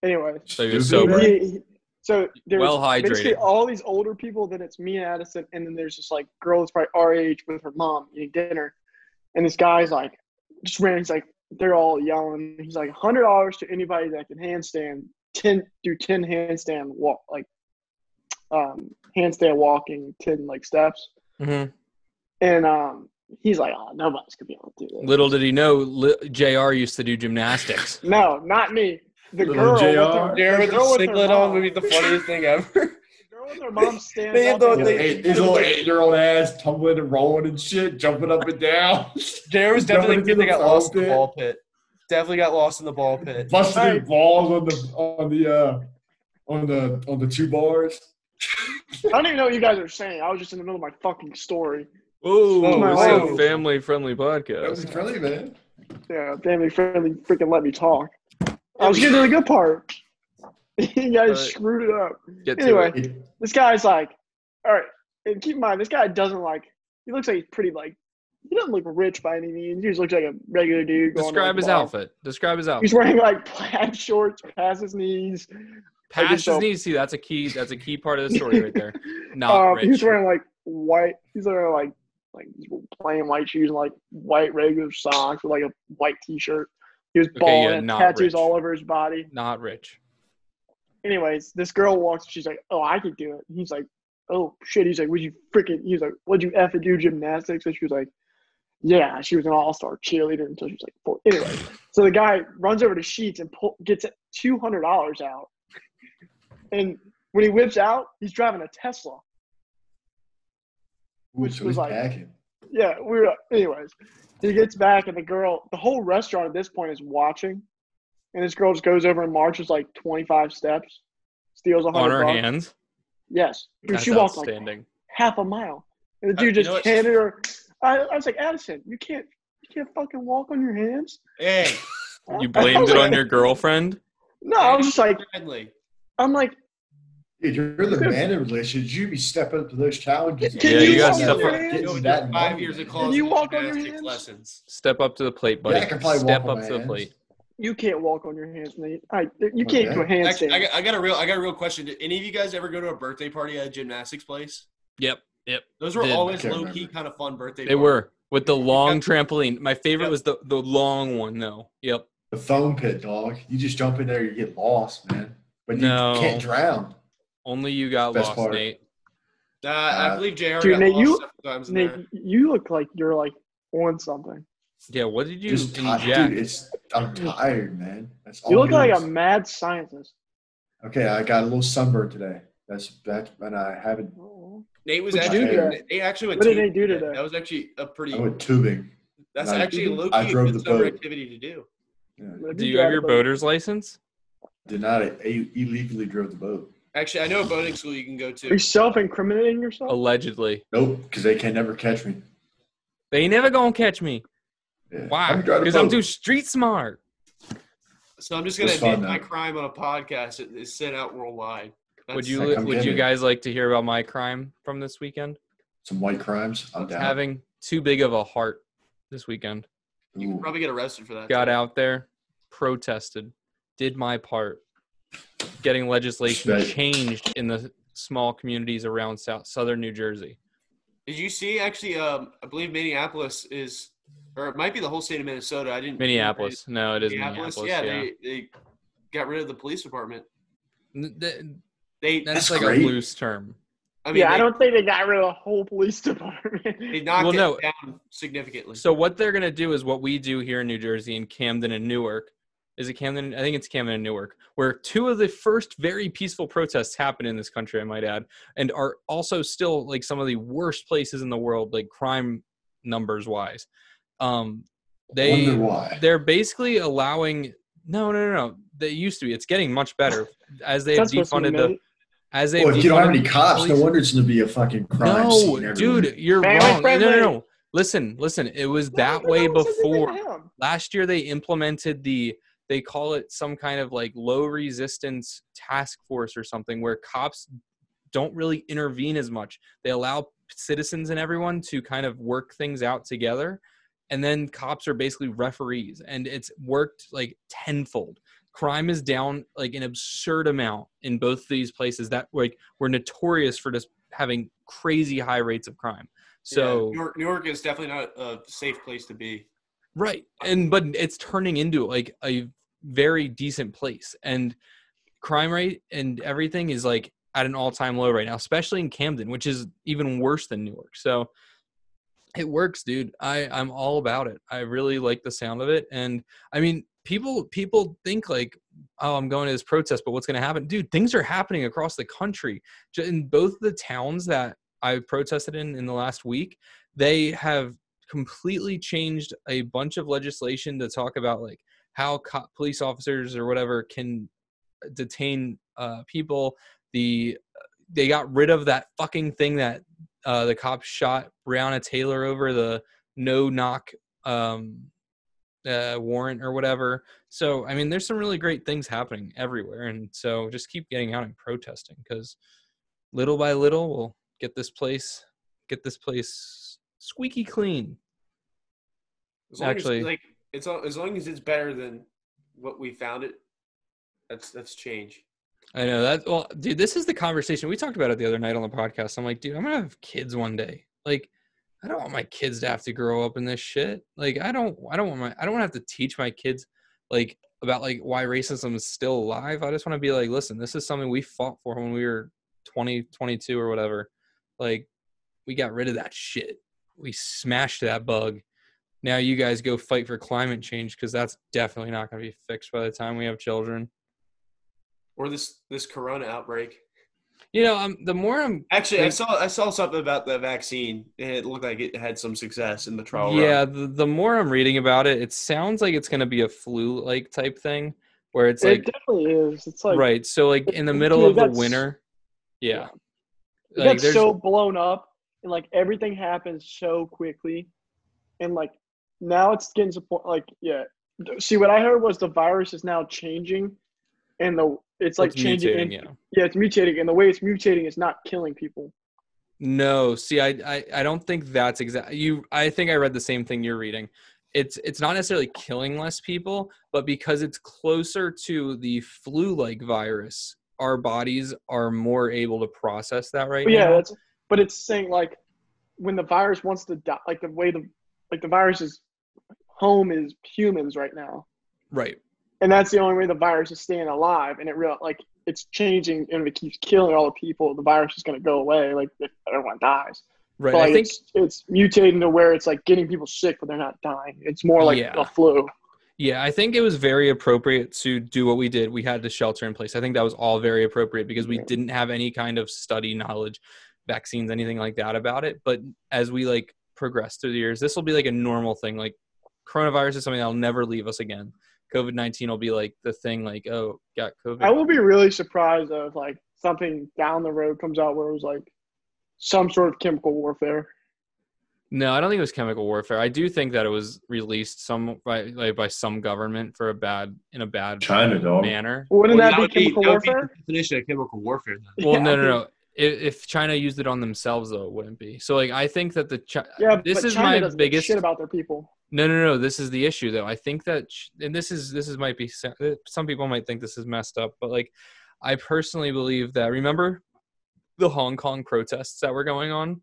[SPEAKER 3] anyway,
[SPEAKER 1] So you're
[SPEAKER 4] Stupid.
[SPEAKER 1] sober.
[SPEAKER 3] he- he- so there's
[SPEAKER 1] well
[SPEAKER 3] basically
[SPEAKER 1] hydrated.
[SPEAKER 3] all these older people. Then it's me and Addison, and then there's this like girl that's probably our age with her mom eating dinner, and this guy's like, just ran. He's like, they're all yelling. He's like, hundred dollars to anybody that can handstand ten, do ten handstand walk, like, um, handstand walking ten like steps,
[SPEAKER 1] Mhm.
[SPEAKER 2] Mm-hmm.
[SPEAKER 3] and um, he's like, oh, nobody's gonna be able to do that.
[SPEAKER 1] Little did he know, li- Jr. used to do
[SPEAKER 2] (laughs)
[SPEAKER 1] gymnastics.
[SPEAKER 3] No, not me. The girl,
[SPEAKER 4] Little JR.
[SPEAKER 3] With her,
[SPEAKER 2] Jared
[SPEAKER 3] the
[SPEAKER 2] with
[SPEAKER 3] girl
[SPEAKER 2] a
[SPEAKER 3] with her
[SPEAKER 2] singlet on
[SPEAKER 3] mom,
[SPEAKER 2] would be the funniest thing ever.
[SPEAKER 3] the girl with her mom stands
[SPEAKER 2] They
[SPEAKER 3] up.
[SPEAKER 2] thought
[SPEAKER 3] and
[SPEAKER 2] they-
[SPEAKER 3] goes,
[SPEAKER 4] Eight, his little eight-year-old ass tumbling and rolling and shit, jumping up and down,
[SPEAKER 2] Jared
[SPEAKER 4] (laughs)
[SPEAKER 2] was
[SPEAKER 4] He's jumping
[SPEAKER 2] definitely a
[SPEAKER 4] into
[SPEAKER 2] kid that
[SPEAKER 4] the
[SPEAKER 2] got
[SPEAKER 4] ball
[SPEAKER 2] lost in the
[SPEAKER 4] pit.
[SPEAKER 2] ball pit. Definitely got lost in the ball pit.
[SPEAKER 4] busting
[SPEAKER 3] Hey.
[SPEAKER 4] his balls on the on the uh, on the on the two bars.
[SPEAKER 3] I don't even know what you guys are saying. I was just in the middle of my fucking story.
[SPEAKER 1] Oh,
[SPEAKER 2] Oh,
[SPEAKER 1] it's
[SPEAKER 2] wow.
[SPEAKER 1] a family-friendly
[SPEAKER 4] That was
[SPEAKER 1] podcast.
[SPEAKER 4] friendly, man.
[SPEAKER 3] Yeah, family friendly, freaking let me talk. I was getting to the good part. (laughs) you guys
[SPEAKER 1] Alright.
[SPEAKER 3] screwed it up.
[SPEAKER 1] Get to
[SPEAKER 3] Anyway,
[SPEAKER 1] it.
[SPEAKER 3] this guy's like, all right, and keep in mind, this guy doesn't like. He looks like he's pretty like. He doesn't look rich by any means. He just looks like a regular dude. Going to,
[SPEAKER 1] Describe
[SPEAKER 3] like,
[SPEAKER 1] his
[SPEAKER 3] a bar.
[SPEAKER 1] outfit. Describe his outfit.
[SPEAKER 3] He's wearing like (laughs) plaid shorts past his knees. I
[SPEAKER 1] Past
[SPEAKER 3] guess
[SPEAKER 1] his
[SPEAKER 3] so.
[SPEAKER 1] knees. See, that's a key. That's a key part of the story right
[SPEAKER 3] (laughs)
[SPEAKER 1] there. Not
[SPEAKER 3] um, he
[SPEAKER 1] rich.
[SPEAKER 3] was wearing like white. He's wearing like like plain white shoes and like white regular socks with like a white T-shirt. He was
[SPEAKER 1] Okay,
[SPEAKER 3] bald
[SPEAKER 1] yeah,
[SPEAKER 3] and had
[SPEAKER 1] not
[SPEAKER 3] tattoos
[SPEAKER 1] rich.
[SPEAKER 3] all over his body.
[SPEAKER 1] Not
[SPEAKER 3] (laughs)
[SPEAKER 1] rich.
[SPEAKER 3] Anyways, this girl walks. She's like, "Oh, I could do it." And he's like, "Oh shit!" He's like, "Would you freaking?" He's like, "Would you effing do gymnastics?" And she was like, "Yeah." She was an all-star cheerleader until she was like four.
[SPEAKER 1] (laughs)
[SPEAKER 3] Anyway, so the guy runs over to Sheets and pull, gets two hundred dollars out. And when he whips out, he's driving a Tesla. Which
[SPEAKER 4] Which
[SPEAKER 3] was
[SPEAKER 4] was
[SPEAKER 3] like-
[SPEAKER 4] packing.
[SPEAKER 3] Yeah, we were. Anyways, he gets back, and the girl, the whole restaurant at this point is watching, and this girl just goes over and marches like twenty five steps, steals a
[SPEAKER 1] On
[SPEAKER 3] hundred
[SPEAKER 1] her
[SPEAKER 3] bucks.
[SPEAKER 1] hands.
[SPEAKER 3] Yes, Dude,
[SPEAKER 1] That's
[SPEAKER 3] she walked like
[SPEAKER 1] outstanding.
[SPEAKER 3] half a mile, and the
[SPEAKER 2] Uh, you
[SPEAKER 3] dude just
[SPEAKER 2] know what?
[SPEAKER 3] handed her. I, I was like, Addison, you can't, you can't fucking walk on your hands.
[SPEAKER 2] Hey, (laughs)
[SPEAKER 1] You blamed
[SPEAKER 3] I
[SPEAKER 1] it
[SPEAKER 3] was (laughs)
[SPEAKER 1] on your girlfriend.
[SPEAKER 3] No, I was just like,
[SPEAKER 2] friendly.
[SPEAKER 3] I'm like,
[SPEAKER 4] Dude, you're the man in relationships. You be stepping up to those challenges.
[SPEAKER 3] Can
[SPEAKER 1] Yeah, you you gotta walk step
[SPEAKER 4] step
[SPEAKER 1] on up.
[SPEAKER 3] your hands?
[SPEAKER 4] Getting
[SPEAKER 2] Yo, you
[SPEAKER 4] that
[SPEAKER 2] did
[SPEAKER 4] money,
[SPEAKER 2] five years of
[SPEAKER 4] man.
[SPEAKER 2] college
[SPEAKER 3] you walk on your
[SPEAKER 2] gymnastics
[SPEAKER 3] hands?
[SPEAKER 2] lessons.
[SPEAKER 1] Step up to the plate, buddy.
[SPEAKER 4] Yeah, I can probably
[SPEAKER 1] Step
[SPEAKER 4] walk on
[SPEAKER 1] up
[SPEAKER 4] my
[SPEAKER 1] to the
[SPEAKER 4] hands.
[SPEAKER 1] plate.
[SPEAKER 3] you can't walk on your hands, Nate. I, you can't do a
[SPEAKER 2] Actually, I
[SPEAKER 3] handstand.
[SPEAKER 2] got, I got a real, I got a real question. Did any of you guys ever go to a birthday party at a gymnastics place?
[SPEAKER 1] Yep, yep.
[SPEAKER 2] Those were
[SPEAKER 1] Did.
[SPEAKER 2] always
[SPEAKER 4] Can't
[SPEAKER 2] low key,
[SPEAKER 4] remember.
[SPEAKER 2] kind of fun birthday.
[SPEAKER 1] They were with the long trampoline. My favorite
[SPEAKER 2] Yep.
[SPEAKER 1] was the the long one though. Yep.
[SPEAKER 4] The foam pit, dog. You just jump in there, you get lost, man. But you
[SPEAKER 1] No.
[SPEAKER 4] can't drown.
[SPEAKER 1] Only you got
[SPEAKER 4] Best
[SPEAKER 1] lost,
[SPEAKER 4] part.
[SPEAKER 1] Nate.
[SPEAKER 2] Uh, I believe Jr.
[SPEAKER 3] Dude,
[SPEAKER 2] got
[SPEAKER 3] Nate,
[SPEAKER 2] lost
[SPEAKER 3] you-
[SPEAKER 2] several times in
[SPEAKER 3] Nate,
[SPEAKER 2] there.
[SPEAKER 3] you look like you're like on something.
[SPEAKER 1] Yeah. What did you
[SPEAKER 4] Just ti-
[SPEAKER 1] inject?
[SPEAKER 4] dude, it's I'm tired, man. That's all.
[SPEAKER 3] You look
[SPEAKER 4] it
[SPEAKER 3] like a
[SPEAKER 4] is.
[SPEAKER 3] mad scientist.
[SPEAKER 4] Okay, I got a little sunburn today. That's that, and I haven't.
[SPEAKER 2] Nate was
[SPEAKER 3] What'd
[SPEAKER 2] actually.
[SPEAKER 4] you do
[SPEAKER 3] today?
[SPEAKER 2] They actually went.
[SPEAKER 3] What did
[SPEAKER 2] tubing
[SPEAKER 3] they do today?
[SPEAKER 2] That was actually a pretty.
[SPEAKER 4] I went tubing.
[SPEAKER 2] That's
[SPEAKER 4] and I-
[SPEAKER 2] actually a low
[SPEAKER 4] I
[SPEAKER 2] key
[SPEAKER 4] drove
[SPEAKER 2] good
[SPEAKER 4] the
[SPEAKER 2] summer
[SPEAKER 4] boat.
[SPEAKER 2] activity to do.
[SPEAKER 4] Yeah.
[SPEAKER 1] Do you have your boater's license?
[SPEAKER 4] Did not I illegally drove the boat.
[SPEAKER 2] Actually, I know a boating school you can go
[SPEAKER 3] Are you
[SPEAKER 2] to.
[SPEAKER 3] self-incriminating yourself?
[SPEAKER 1] Allegedly.
[SPEAKER 4] Nope, because they can never catch me.
[SPEAKER 1] They ain't never gonna catch me.
[SPEAKER 4] Yeah.
[SPEAKER 1] Why?
[SPEAKER 4] I can drive the
[SPEAKER 1] Because I'm
[SPEAKER 4] boat.
[SPEAKER 1] too street smart.
[SPEAKER 2] So I'm just gonna
[SPEAKER 4] That's fun,
[SPEAKER 2] admit my
[SPEAKER 4] though.
[SPEAKER 2] crime on a podcast that is sent out worldwide.
[SPEAKER 1] Would
[SPEAKER 2] That's-
[SPEAKER 1] you
[SPEAKER 4] Like, I'm
[SPEAKER 1] Would you
[SPEAKER 4] kidding.
[SPEAKER 1] guys like to hear about my crime from this weekend?
[SPEAKER 4] Some white crimes. I'm down.
[SPEAKER 1] Having too big of a heart this weekend.
[SPEAKER 2] You could
[SPEAKER 4] Ooh.
[SPEAKER 2] probably get arrested for that.
[SPEAKER 1] got
[SPEAKER 2] too.
[SPEAKER 1] out there, protested, did my part, getting legislation
[SPEAKER 4] Right.
[SPEAKER 1] changed in the small communities around South Southern New Jersey.
[SPEAKER 2] Did you see? Actually, um, I believe Minneapolis is, or it might be the whole state of Minnesota. I didn't.
[SPEAKER 1] Minneapolis. No, it is
[SPEAKER 2] Minneapolis.
[SPEAKER 1] Minneapolis.
[SPEAKER 2] yeah,
[SPEAKER 1] Yeah,
[SPEAKER 2] They, they got rid of the police department.
[SPEAKER 1] N- th-
[SPEAKER 2] They,
[SPEAKER 1] that's
[SPEAKER 4] That's
[SPEAKER 1] like
[SPEAKER 4] great.
[SPEAKER 1] a loose term.
[SPEAKER 2] I mean,
[SPEAKER 3] yeah,
[SPEAKER 2] they,
[SPEAKER 3] I don't think they got rid of the whole police (laughs)
[SPEAKER 2] they
[SPEAKER 3] department.
[SPEAKER 2] knocked
[SPEAKER 1] Well,
[SPEAKER 2] it
[SPEAKER 1] no.
[SPEAKER 2] down significantly.
[SPEAKER 1] So what they're gonna do is what we do here in New Jersey in Camden and Newark. Is it Camden? I think it's Camden and Newark, where two of the first very peaceful protests happened in this country, I might add, and are also still like some of the worst places in the world, like crime numbers wise. Um, they
[SPEAKER 4] Wonder why.
[SPEAKER 1] they're basically allowing no no no no they used to be it's getting much better as they have
[SPEAKER 3] That's supposed to be
[SPEAKER 1] defunded the
[SPEAKER 3] made.
[SPEAKER 1] as they
[SPEAKER 4] Well, if you don't have any
[SPEAKER 1] defunded the
[SPEAKER 4] cops, no
[SPEAKER 1] police-
[SPEAKER 4] wonder it's gonna be a fucking crime scene.
[SPEAKER 1] no
[SPEAKER 4] everywhere.
[SPEAKER 1] dude you're
[SPEAKER 3] Hey, my
[SPEAKER 1] wrong no
[SPEAKER 3] friend,
[SPEAKER 1] no
[SPEAKER 3] wait.
[SPEAKER 1] no listen listen it was that
[SPEAKER 3] No,
[SPEAKER 1] way
[SPEAKER 3] no, it's something
[SPEAKER 1] before
[SPEAKER 3] like that.
[SPEAKER 1] last year they implemented the they call it some kind of like low resistance task force or something where cops don't really intervene as much they allow citizens and everyone to kind of work things out together and then cops are basically referees and it's worked like tenfold crime is down like an absurd amount in both these places that like were notorious for just having crazy high rates of crime so
[SPEAKER 2] Newark, Newark is definitely not a safe place to be.
[SPEAKER 1] Right. And but it's turning into like a very decent place and crime rate and everything is like at an all-time low right now, especially in Camden, which is even worse than Newark. So it works, dude. I I'm all about it. I really like the sound of it and I mean, people people think like, "Oh, I'm going to this protest, but what's going to happen?" Dude, things are happening across the country. Ju- In both the towns that I protested in in the last week, they have completely changed a bunch of legislation to talk about like how co- police officers or whatever can detain uh, people. The uh, they got rid of that fucking thing that uh, the cops shot Breonna Taylor over the no knock um, uh, warrant or whatever. So I mean, there's some really great things happening everywhere, and so just keep getting out and protesting because little by little we'll get this place get this place squeaky clean.
[SPEAKER 2] As long
[SPEAKER 1] Actually-
[SPEAKER 2] as, like it's al- as long as it's better than what we found it. That's that's change.
[SPEAKER 1] I know that. Well, dude, this is the conversation we talked about it the other night on the podcast. I'm like, dude, I'm gonna have kids one day. Like, I don't want my kids to have to grow up in this shit. Like, I don't, I don't want my, I don't want to have to teach my kids like about like why racism is still alive. I just want to be like, listen, this is something we fought for when we were 20, 22 or whatever. Like, we got rid of that shit. We smashed that bug. Now you guys go fight for climate change because that's definitely not gonna be fixed by the time we have children.
[SPEAKER 2] Or this this corona outbreak.
[SPEAKER 1] You know, I'm, the more I'm
[SPEAKER 2] Actually, I
[SPEAKER 1] Like-
[SPEAKER 2] saw I saw something about the vaccine. and It looked like it had some success in the trial. run.
[SPEAKER 1] Yeah, the, the more I'm reading about it, it sounds like it's going to be a flu like type thing where it's
[SPEAKER 3] It
[SPEAKER 1] like,
[SPEAKER 3] definitely is. It's like
[SPEAKER 1] right. So, like, in the
[SPEAKER 3] Dude,
[SPEAKER 1] middle of the
[SPEAKER 3] that's-
[SPEAKER 1] winter. Yeah.
[SPEAKER 3] it
[SPEAKER 1] Like,
[SPEAKER 3] got
[SPEAKER 1] there's,
[SPEAKER 3] so blown up and like everything happens so quickly and like now it's getting to the point like yeah D- see what i heard was the virus is now changing and the it's like
[SPEAKER 1] it's
[SPEAKER 3] changing
[SPEAKER 1] mutating,
[SPEAKER 3] and-
[SPEAKER 1] yeah.
[SPEAKER 3] yeah it's mutating and the way it's mutating is not killing people
[SPEAKER 1] No, see, I, I, I don't think that's exact. You, I think I read the same thing you're reading. It's, it's not necessarily killing less people, but because it's closer to the flu-like virus, our bodies are more able to process that right
[SPEAKER 3] but yeah
[SPEAKER 1] now.
[SPEAKER 3] that's but it's saying like when the virus wants to die like the way the like the virus is home is humans right now
[SPEAKER 1] right.
[SPEAKER 3] and that's the only way the virus is staying alive and it real like it's changing and if it keeps killing all the people the virus is going to go away like if everyone dies
[SPEAKER 1] Right.
[SPEAKER 3] But, like,
[SPEAKER 1] I think
[SPEAKER 3] it's, it's mutating to where it's like getting people sick but they're not dying it's more like
[SPEAKER 1] Yeah.
[SPEAKER 3] a flu
[SPEAKER 1] Yeah, I think it was very appropriate to do what we did. We had to shelter in place. I think that was all very appropriate because we
[SPEAKER 3] Yeah.
[SPEAKER 1] didn't have any kind of study knowledge, vaccines, anything like that about it. But as we like progress through the years, this will be like a normal thing. Like coronavirus is something that'll never leave us again. COVID nineteen will be like the thing. Like oh, got COVID.
[SPEAKER 3] i will be really surprised though, if like something down the road comes out where it was like some sort of chemical warfare
[SPEAKER 1] No, I don't think it was chemical warfare. I do think that it was released some by like by some government for a bad in a bad
[SPEAKER 4] China dog.
[SPEAKER 1] manner.
[SPEAKER 3] wouldn't
[SPEAKER 2] Well,
[SPEAKER 3] that,
[SPEAKER 2] would
[SPEAKER 3] be chemical
[SPEAKER 2] that would be
[SPEAKER 3] warfare
[SPEAKER 2] the definition of chemical warfare. Then.
[SPEAKER 1] Well,
[SPEAKER 3] Yeah,
[SPEAKER 1] no,
[SPEAKER 3] I
[SPEAKER 1] no,
[SPEAKER 3] mean-
[SPEAKER 1] no. If, if China used it on themselves, though, it wouldn't be. So, like, I think that the Chi-
[SPEAKER 3] yeah
[SPEAKER 1] this
[SPEAKER 3] but
[SPEAKER 1] is
[SPEAKER 3] China
[SPEAKER 1] my
[SPEAKER 3] doesn't give a
[SPEAKER 1] biggest-
[SPEAKER 3] shit about their people
[SPEAKER 1] no, no, no. This is the issue, though. I think that, sh- and this is this is might be sa- uh, some people might think this is messed up, but like, I personally believe that. Remember the Hong Kong protests that were going on,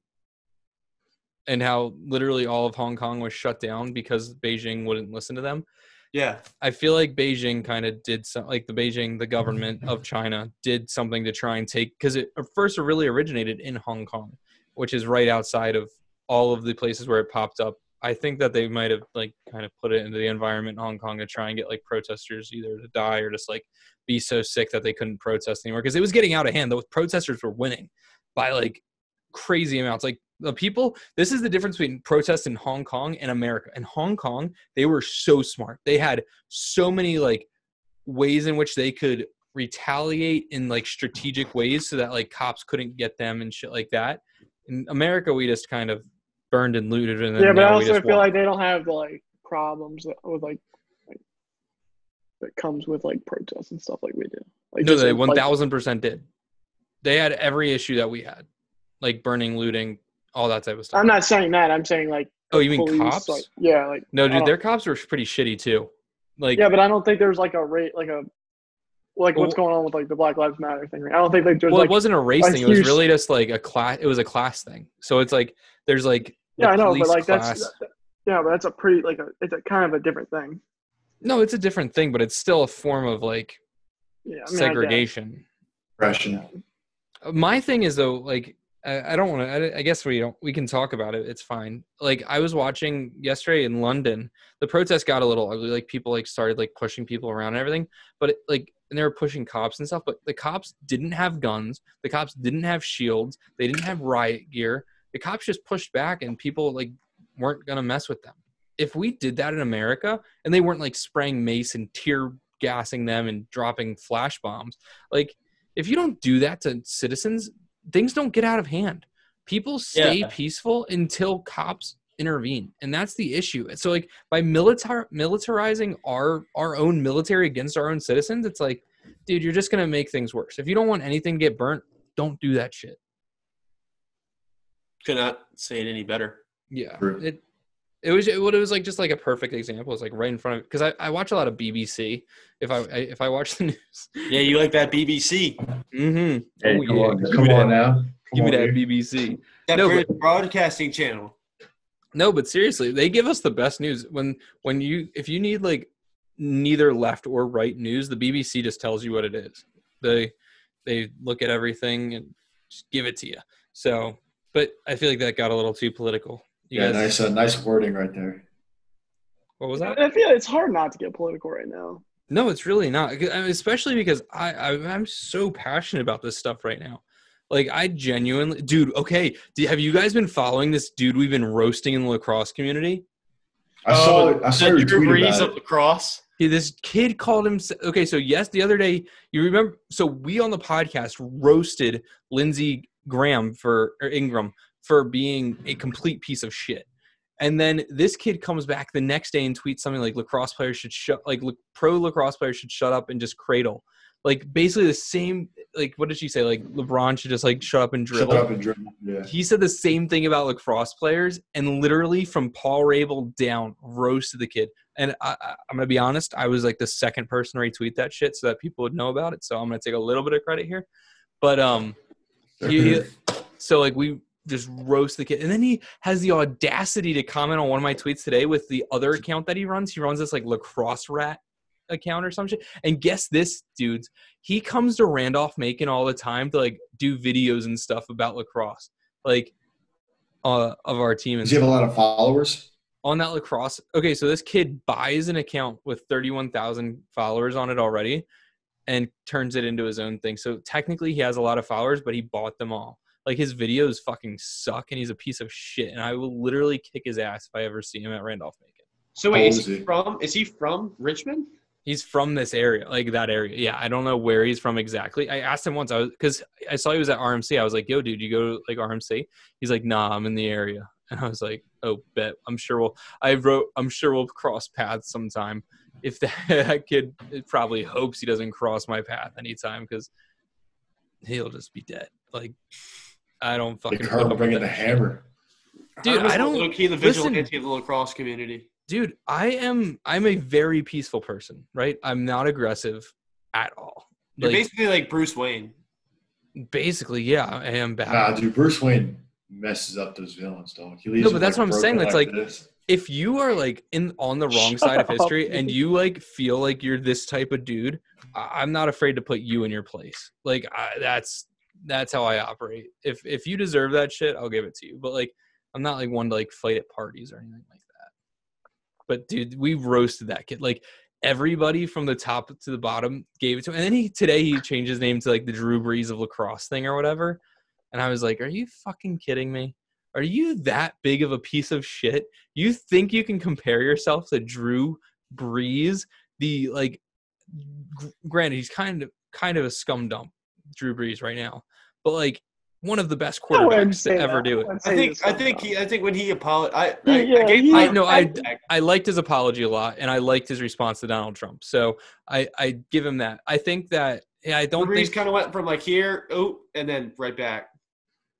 [SPEAKER 1] and how literally all of Hong Kong was shut down because Beijing wouldn't listen to them.
[SPEAKER 2] Yeah,
[SPEAKER 1] I feel like Beijing kind of did some, like the Beijing, the government of China did something to try and take, because it at first it really originated in Hong Kong, which is right outside of all of the places where it popped up. I think that they might have like kind of put it into the environment in Hong Kong to try and get like protesters either to die or just like be so sick that they couldn't protest anymore because it was getting out of hand. Those protesters were winning by like crazy amounts. Like the people, this is the difference between protests in Hong Kong and America. In Hong Kong, they were so smart. They had so many like ways in which they could retaliate in like strategic ways so that like cops couldn't get them and shit like that. In America, we just kind of burned and looted and then
[SPEAKER 3] yeah, but I
[SPEAKER 1] now we
[SPEAKER 3] also
[SPEAKER 1] just
[SPEAKER 3] feel
[SPEAKER 1] walk.
[SPEAKER 3] like they don't have the like problems that with like, like that comes with like protests and stuff like we do. Like
[SPEAKER 1] no,
[SPEAKER 3] just
[SPEAKER 1] they
[SPEAKER 3] in, like-
[SPEAKER 1] one thousand percent did. They had every issue that we had, like burning, looting, all that type of stuff.
[SPEAKER 3] I'm not saying that. I'm saying like
[SPEAKER 1] oh, you mean
[SPEAKER 3] police,
[SPEAKER 1] cops?
[SPEAKER 3] Like, yeah, like
[SPEAKER 1] no, dude,
[SPEAKER 3] oh.
[SPEAKER 1] their cops were pretty shitty too. Like,
[SPEAKER 3] yeah, but I don't think there's like a rate like a like what's
[SPEAKER 1] Well-
[SPEAKER 3] going on with like the Black Lives Matter thing. Right? I don't think like there's
[SPEAKER 1] well, it
[SPEAKER 3] like
[SPEAKER 1] wasn't a race
[SPEAKER 3] a
[SPEAKER 1] thing. It was
[SPEAKER 3] huge-
[SPEAKER 1] really just like a class. It was a class thing. So it's like there's like the
[SPEAKER 3] yeah, I know, but
[SPEAKER 1] police
[SPEAKER 3] like
[SPEAKER 1] class-
[SPEAKER 3] that's that- yeah, but that's a pretty like a it's a kind of a different thing.
[SPEAKER 1] no, it's a different thing, but it's still a form of like
[SPEAKER 3] Yeah, I mean, I guess.
[SPEAKER 1] segregation.
[SPEAKER 4] Russian.
[SPEAKER 1] Oh, my thing is though like i, I don't want to I, I guess we don't we can talk about it it's fine like i was watching yesterday in london the protest got a little ugly like people like started like pushing people around and everything but it, like and they were pushing cops and stuff but the cops didn't have guns the cops didn't have shields they didn't have riot gear the cops just pushed back and people like weren't gonna mess with them if we did that in america and they weren't like spraying mace and tear gassing them and dropping flash bombs like if you don't do that to citizens, things don't get out of hand. People stay
[SPEAKER 2] Yeah.
[SPEAKER 1] peaceful until cops intervene, and that's the issue. So, like by militar militarizing our our own military against our own citizens, it's like, dude, you're just gonna make things worse. If you don't want anything to get burnt, don't do that shit.
[SPEAKER 2] Could not say it any better.
[SPEAKER 1] Yeah.
[SPEAKER 4] True.
[SPEAKER 1] It it was it, what it was like just like a perfect example. It's like right in front of because I, I watch a lot of BBC. If I, I if I watch the (laughs) news,
[SPEAKER 2] Yeah, you like that BBC?
[SPEAKER 1] mm-hmm.
[SPEAKER 4] Hey,
[SPEAKER 1] Oh,
[SPEAKER 4] come
[SPEAKER 1] yeah.
[SPEAKER 4] on,
[SPEAKER 1] Give
[SPEAKER 4] come
[SPEAKER 1] me
[SPEAKER 4] on
[SPEAKER 1] that-
[SPEAKER 4] now. Come
[SPEAKER 1] Give me
[SPEAKER 4] on,
[SPEAKER 1] that
[SPEAKER 4] dude.
[SPEAKER 1] BBC.
[SPEAKER 2] That
[SPEAKER 1] No,
[SPEAKER 2] British broadcasting channel.
[SPEAKER 1] No, but seriously, they give us the best news when when you if you need like neither left or right news, the BBC just tells you what it is. They they look at everything and just give it to you. So, but I feel like that got a little too political. You
[SPEAKER 4] Yeah,
[SPEAKER 1] guys,
[SPEAKER 4] nice, uh, nice wording right there.
[SPEAKER 1] what was that?
[SPEAKER 3] I feel it's hard not to get political right now.
[SPEAKER 1] No, it's really not, 'Cause- I mean, especially because I, I I'm so passionate about this stuff right now. Like I genuinely, dude. Okay, do, have you guys been following this dude we've been roasting in the lacrosse community?
[SPEAKER 4] I
[SPEAKER 1] Oh,
[SPEAKER 4] saw
[SPEAKER 2] Oh,
[SPEAKER 4] it. I saw your
[SPEAKER 2] Drew
[SPEAKER 4] tweet
[SPEAKER 2] Brees
[SPEAKER 4] about
[SPEAKER 2] of
[SPEAKER 4] it.
[SPEAKER 2] the cross.
[SPEAKER 1] Yeah, this kid called him. Okay, so yes, the other day you remember. So we on the podcast roasted Lindsey Graham for or Ingram for being a complete piece of shit, and then this kid comes back the next day and tweets something like lacrosse players should shut like lac- pro lacrosse players should shut up and just cradle, like basically the same. Like what did she say? Like LeBron should just like shut up and drill.
[SPEAKER 4] Shut up and dribble.
[SPEAKER 1] (laughs)
[SPEAKER 4] Yeah.
[SPEAKER 1] He said the same thing about lacrosse players, and literally from Paul Rabel down, roasted the kid. And I, I, I'm gonna be honest, I was like the second person to retweet that shit so that people would know about it. So I'm gonna take a little bit of credit here, but um, he, so like we just roast the kid, and then he has the audacity to comment on one of my tweets today with the other account that he runs. He runs this like lacrosse rat account or some shit. And guess this, dudes, he comes to Randolph Macon all the time to like do videos and stuff about lacrosse, like uh, of our team and
[SPEAKER 4] Does he have a lot of followers?
[SPEAKER 1] on that lacrosse. Okay, so this kid buys an account with 31,000 followers on it already and turns it into his own thing. So technically he has a lot of followers, but he bought them all. Like his videos fucking suck and he's a piece of shit and I will literally kick his ass if I ever see him at Randolph Macon.
[SPEAKER 2] So
[SPEAKER 4] How
[SPEAKER 2] wait, is
[SPEAKER 4] old
[SPEAKER 2] he
[SPEAKER 4] is he?
[SPEAKER 2] from? Is he from Richmond?
[SPEAKER 1] He's from this area, like that area. Yeah, I don't know where he's from exactly. I asked him once. I was because I saw he was at RMC. I was like, "Yo, dude, you go to like RMC?" He's like, "Nah, I'm in the area." (laughs) And I was like, "Oh, bet. I'm sure we'll." I wrote, "I'm sure we'll cross paths sometime." If that, (laughs) that kid probably hopes he doesn't cross my path anytime because he'll just be dead. Like, I don't fucking.
[SPEAKER 4] Like Herb
[SPEAKER 1] put up
[SPEAKER 4] bringing
[SPEAKER 1] with
[SPEAKER 4] the
[SPEAKER 1] that shit.
[SPEAKER 4] hammer.
[SPEAKER 1] Dude,
[SPEAKER 2] Herman's
[SPEAKER 1] I don't-
[SPEAKER 2] low key the
[SPEAKER 1] listen.
[SPEAKER 2] vigilante of the lacrosse community.
[SPEAKER 1] dude i am i'm a very peaceful person right i'm not aggressive at all
[SPEAKER 2] You're
[SPEAKER 1] like,
[SPEAKER 2] basically like Bruce Wayne.
[SPEAKER 1] basically yeah i am bad
[SPEAKER 4] Nah, dude, Bruce Wayne messes up those villains, dog. He leaves
[SPEAKER 1] No, but
[SPEAKER 4] them,
[SPEAKER 1] that's
[SPEAKER 4] like,
[SPEAKER 1] what I'm saying.
[SPEAKER 4] broken
[SPEAKER 1] That's like-
[SPEAKER 4] this.
[SPEAKER 1] if you are like in on the wrong
[SPEAKER 3] Shut
[SPEAKER 1] side of
[SPEAKER 3] up.
[SPEAKER 1] history and you like feel like you're this type of dude I- i'm not afraid to put you in your place like I, that's that's how i operate if if you deserve that shit i'll give it to you but like i'm not like one to like fight at parties or anything like that But dude, we roasted that kid. Like everybody from the top to the bottom gave it to him. And then he today he changed his name to like the Drew Brees of lacrosse thing or whatever. And I was like, Are you fucking kidding me? Are you that big of a piece of shit? You think you can compare yourself to Drew Brees, the like gr- granted he's kind of kind of a scum dump, Drew Brees right now. But like one of the best
[SPEAKER 3] I wouldn't
[SPEAKER 1] quarterbacks
[SPEAKER 3] say
[SPEAKER 1] to ever
[SPEAKER 3] that.
[SPEAKER 1] do it.
[SPEAKER 3] wouldn't
[SPEAKER 2] I
[SPEAKER 3] say
[SPEAKER 2] think
[SPEAKER 3] this
[SPEAKER 2] I
[SPEAKER 3] guy,
[SPEAKER 2] think
[SPEAKER 3] though.
[SPEAKER 2] he I think when he apologized, I,
[SPEAKER 3] Yeah,
[SPEAKER 2] I,
[SPEAKER 3] yeah,
[SPEAKER 2] I gave
[SPEAKER 3] he-
[SPEAKER 2] my
[SPEAKER 1] I no, I
[SPEAKER 2] back.
[SPEAKER 1] I liked his apology a lot, and I liked his response to Donald Trump. So I I give him that. I think that yeah, I don't
[SPEAKER 2] Breeze
[SPEAKER 1] think
[SPEAKER 2] kind of went from like here, oh, and then right back.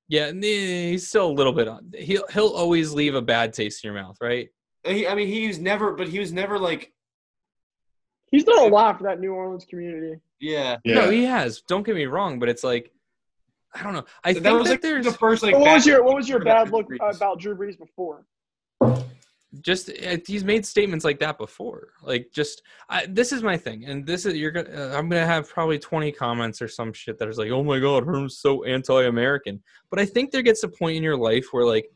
[SPEAKER 1] yeah, and he- he's still a little bit on. He'll he'll always leave a bad taste in your mouth, right?
[SPEAKER 2] And he, I mean, he was never, but he was never like,
[SPEAKER 3] He's done a lot for that New Orleans community.
[SPEAKER 2] yeah.
[SPEAKER 4] Yeah.
[SPEAKER 1] No, he has. Don't get me wrong, but it's like I don't know. I
[SPEAKER 2] that
[SPEAKER 1] think
[SPEAKER 2] was
[SPEAKER 1] that
[SPEAKER 2] like
[SPEAKER 1] there's
[SPEAKER 2] the first like.
[SPEAKER 3] what was
[SPEAKER 2] bad-
[SPEAKER 3] your What was your
[SPEAKER 2] about
[SPEAKER 3] bad
[SPEAKER 2] Drew
[SPEAKER 3] look
[SPEAKER 2] Brees.
[SPEAKER 3] about Drew Brees before?
[SPEAKER 1] just uh, he's made statements like that before like just I, this is my thing and this is you're gonna uh, i'm gonna have probably 20 comments or some shit that is like oh my god herm's so anti-american but i think there gets a point in your life where like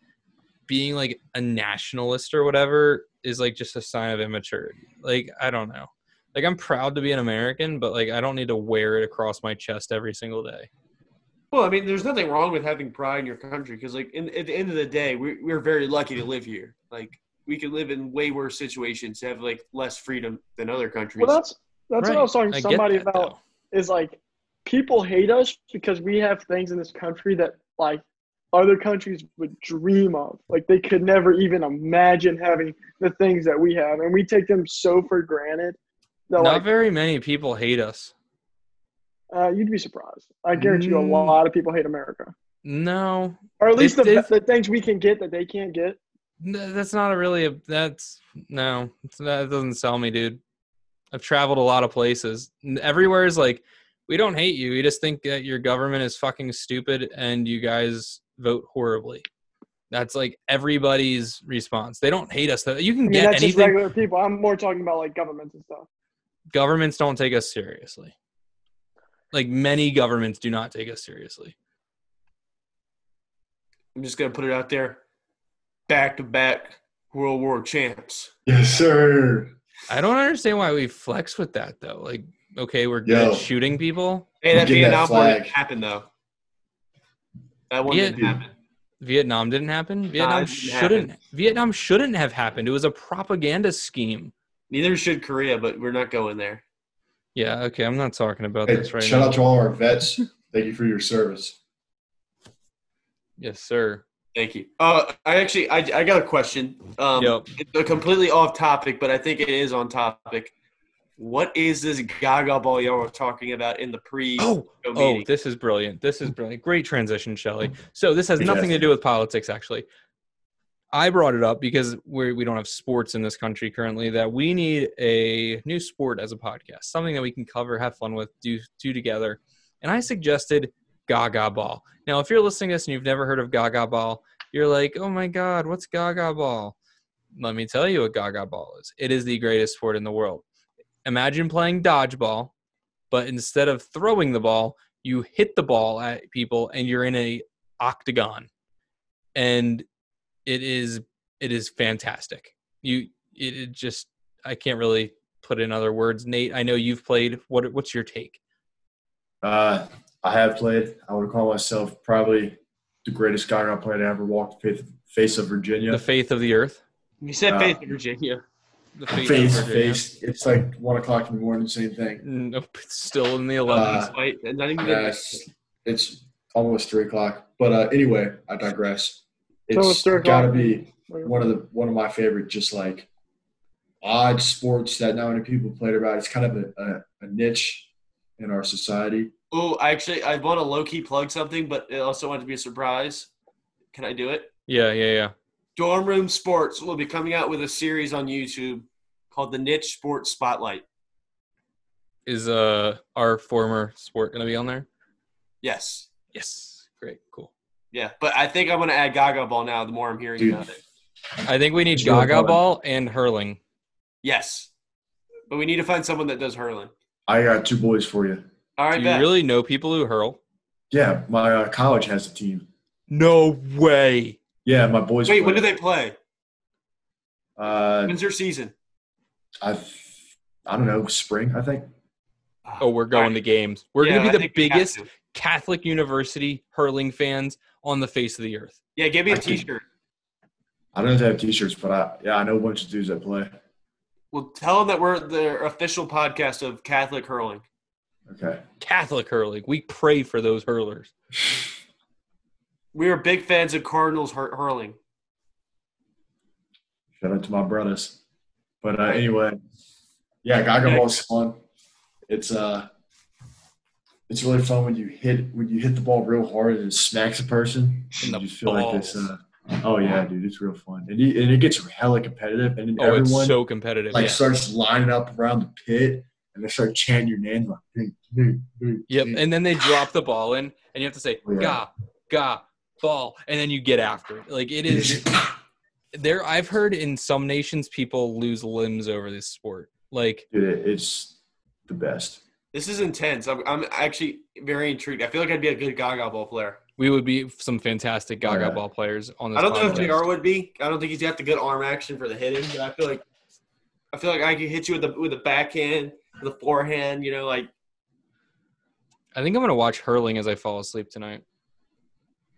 [SPEAKER 1] being like a nationalist or whatever is like just a sign of immaturity like i don't know like i'm proud to be an american but like i don't need to wear it across my chest every single day
[SPEAKER 2] Well, I mean, there's nothing wrong with having pride in your country because, like, in, at the end of the day, we, we're very lucky to live here. Like, we could live in way worse situations, have like less freedom than other countries.
[SPEAKER 3] Well, that's that's what I was talking to
[SPEAKER 1] get
[SPEAKER 3] somebody
[SPEAKER 1] that,
[SPEAKER 3] about.
[SPEAKER 1] though.
[SPEAKER 3] Is like people hate us because we have things in this country that like other countries would dream of. Like they could never even imagine having the things that we have, and we take them so for granted that
[SPEAKER 1] not
[SPEAKER 3] like
[SPEAKER 1] very many people hate us
[SPEAKER 3] uh, you'd be surprised. I guarantee you, a
[SPEAKER 1] Mm.
[SPEAKER 3] lot of people hate America,
[SPEAKER 1] no
[SPEAKER 3] or at least
[SPEAKER 1] If-
[SPEAKER 3] the,
[SPEAKER 1] if-
[SPEAKER 3] the things we can get that they can't get.
[SPEAKER 1] No, that's not a really a, that's no it's- that doesn't sell me dude i've traveled a lot of places and everywhere is like we don't hate you we just think that your government is fucking stupid and you guys vote horribly that's like everybody's response they don't hate us though you can
[SPEAKER 3] I mean,
[SPEAKER 1] get
[SPEAKER 3] that's just
[SPEAKER 1] anything
[SPEAKER 3] regular people. I'm more talking about like governments and stuff.
[SPEAKER 1] governments don't take us seriously like many governments do not take us seriously
[SPEAKER 2] I'm just gonna put it out there: back to back World War champs.
[SPEAKER 4] Yes, sir.
[SPEAKER 1] i don't understand why we flex with that though like okay we're good
[SPEAKER 4] Yo.
[SPEAKER 1] at shooting people
[SPEAKER 2] Hey, that
[SPEAKER 4] Get that
[SPEAKER 2] Vietnam War didn't
[SPEAKER 4] flag.
[SPEAKER 2] happen though. That one
[SPEAKER 1] Yeah,
[SPEAKER 2] didn't happen.
[SPEAKER 1] Vietnam didn't happen. Vietnam
[SPEAKER 2] it didn't
[SPEAKER 1] shouldn't. Vietnam shouldn't have happened. It was a propaganda scheme.
[SPEAKER 2] Neither should Korea, but we're not going there.
[SPEAKER 1] Yeah. Okay. I'm not talking about
[SPEAKER 4] Hey,
[SPEAKER 1] this right
[SPEAKER 4] shout
[SPEAKER 1] now.
[SPEAKER 4] out to all
[SPEAKER 1] (laughs)
[SPEAKER 4] our vets. Thank you for your service.
[SPEAKER 1] Yes, sir.
[SPEAKER 2] Thank you. Uh, I actually, I, I got a question. Um,
[SPEAKER 1] Yep.
[SPEAKER 2] It's a completely off topic, but I think it is on topic. What is this Gaga ball y'all were talking about in the pre
[SPEAKER 1] Oh.
[SPEAKER 2] show
[SPEAKER 1] Oh,
[SPEAKER 2] meeting?
[SPEAKER 1] this is brilliant. This is brilliant. Great transition, Shelley. So this has nothing to do with politics, actually. I brought it up because we we don't have sports in this country currently. That we need a new sport as a podcast, something that we can cover, have fun with, do do together. And I suggested Gaga Ball. Now, if you're listening to this and you've never heard of Gaga Ball, you're like, oh my god, what's Gaga Ball? Let me tell you what Gaga Ball is. It is the greatest sport in the world. Imagine playing dodgeball, but instead of throwing the ball, you hit the ball at people and you're in a octagon and it is it is fantastic you it, it just i can't really put in other words nate i know you've played what what's your take
[SPEAKER 4] Uh, I have played. I would call myself probably the greatest guy around planet I ever walked the face- face of Virginia.
[SPEAKER 1] the faith of the earth
[SPEAKER 2] You said
[SPEAKER 4] Uh,
[SPEAKER 2] faith in Virginia.
[SPEAKER 1] the
[SPEAKER 4] face,
[SPEAKER 1] Virginia.
[SPEAKER 4] face. It's like one o'clock in the morning, same thing.
[SPEAKER 1] Nope, it's still in the
[SPEAKER 4] Uh,
[SPEAKER 1] 11s
[SPEAKER 2] Wait, and not even
[SPEAKER 4] Yeah, it's, it's almost three o'clock. But uh, anyway, I digress.
[SPEAKER 3] So it's
[SPEAKER 4] It's
[SPEAKER 3] three
[SPEAKER 4] got to
[SPEAKER 3] o'clock.
[SPEAKER 4] be
[SPEAKER 3] Like,
[SPEAKER 4] one of the one of my favorite, just like odd sports that not many people played about. It's kind of a, a, a niche in our society.
[SPEAKER 2] Oh, I actually, I want to low key plug something, but I also wanted to be a surprise. Can I do it?
[SPEAKER 1] yeah yeah yeah
[SPEAKER 2] Dorm Room Sports will be coming out with a series on YouTube called The Niche Sports Spotlight.
[SPEAKER 1] is uh our former sport gonna be on there
[SPEAKER 2] Yes.
[SPEAKER 1] yes great cool
[SPEAKER 2] Yeah, but I think I'm gonna add Gaga Ball now. The more I'm hearing
[SPEAKER 4] Dude.
[SPEAKER 2] about it,
[SPEAKER 1] i think we need
[SPEAKER 4] Sure,
[SPEAKER 1] gaga
[SPEAKER 4] Colin.
[SPEAKER 1] ball and hurling
[SPEAKER 2] yes, but we need to find someone that does hurling.
[SPEAKER 4] I got two boys for you.
[SPEAKER 2] All
[SPEAKER 1] do
[SPEAKER 2] right,
[SPEAKER 1] you
[SPEAKER 2] bet.
[SPEAKER 1] really know people who hurl
[SPEAKER 4] Yeah, my uh, college has a team.
[SPEAKER 1] no way
[SPEAKER 4] Yeah, my boys.
[SPEAKER 2] Wait,
[SPEAKER 4] play.
[SPEAKER 2] when do they play?
[SPEAKER 4] Uh,
[SPEAKER 2] When's your season?
[SPEAKER 4] I've, I don't know, spring, I think.
[SPEAKER 1] Oh, we're going to games. We're going to
[SPEAKER 2] Yeah, I
[SPEAKER 1] be the
[SPEAKER 2] think we have
[SPEAKER 1] biggest
[SPEAKER 2] to.
[SPEAKER 1] Catholic University hurling fans on the face of the earth.
[SPEAKER 2] Yeah, give me
[SPEAKER 4] I
[SPEAKER 2] a
[SPEAKER 4] think-
[SPEAKER 2] T-shirt.
[SPEAKER 4] I don't know if they have t-shirts, but I, yeah, I know a bunch of dudes that play.
[SPEAKER 2] Well, tell them that we're the official podcast of Catholic hurling.
[SPEAKER 4] Okay.
[SPEAKER 1] Catholic hurling. We pray for those hurlers.
[SPEAKER 2] We are big fans of Cardinals hur- hurling.
[SPEAKER 4] Shout out to my brothers. But uh, anyway, yeah, Gaga Ball is fun. It's uh, it's really fun when you hit when you hit the ball real hard and it smacks a person.
[SPEAKER 1] In
[SPEAKER 4] And
[SPEAKER 1] the
[SPEAKER 4] you just feel like this. Uh, oh yeah, dude, it's real fun, and, you, and it gets hella competitive, and then
[SPEAKER 1] Oh,
[SPEAKER 4] everyone
[SPEAKER 1] it's so competitive.
[SPEAKER 4] like
[SPEAKER 1] yeah.
[SPEAKER 4] starts lining up around the pit, and they start chanting your name like, dude, dude, dude.
[SPEAKER 1] Yep. And then they drop the ball in, and you have to say,
[SPEAKER 4] Oh, Yeah.
[SPEAKER 1] ga, ga, ball. And then you get after it. Like, it
[SPEAKER 4] (laughs)
[SPEAKER 1] is there. I've heard in some nations, people lose limbs over this sport. Like,
[SPEAKER 4] dude, it- it's the best.
[SPEAKER 2] This is intense. I'm, I'm actually very intrigued. I feel like I'd be a good Gaga ball player.
[SPEAKER 1] we would be some fantastic Gaga
[SPEAKER 4] Oh, Yeah.
[SPEAKER 1] ball players on this
[SPEAKER 2] I don't know if
[SPEAKER 1] podcast.
[SPEAKER 2] JR would be. I don't think he's got the good arm action for the hitting, but I feel like I feel like I could hit you with the with the backhand, with the forehand. You know, like
[SPEAKER 1] I think I'm going to watch hurling as I fall asleep tonight.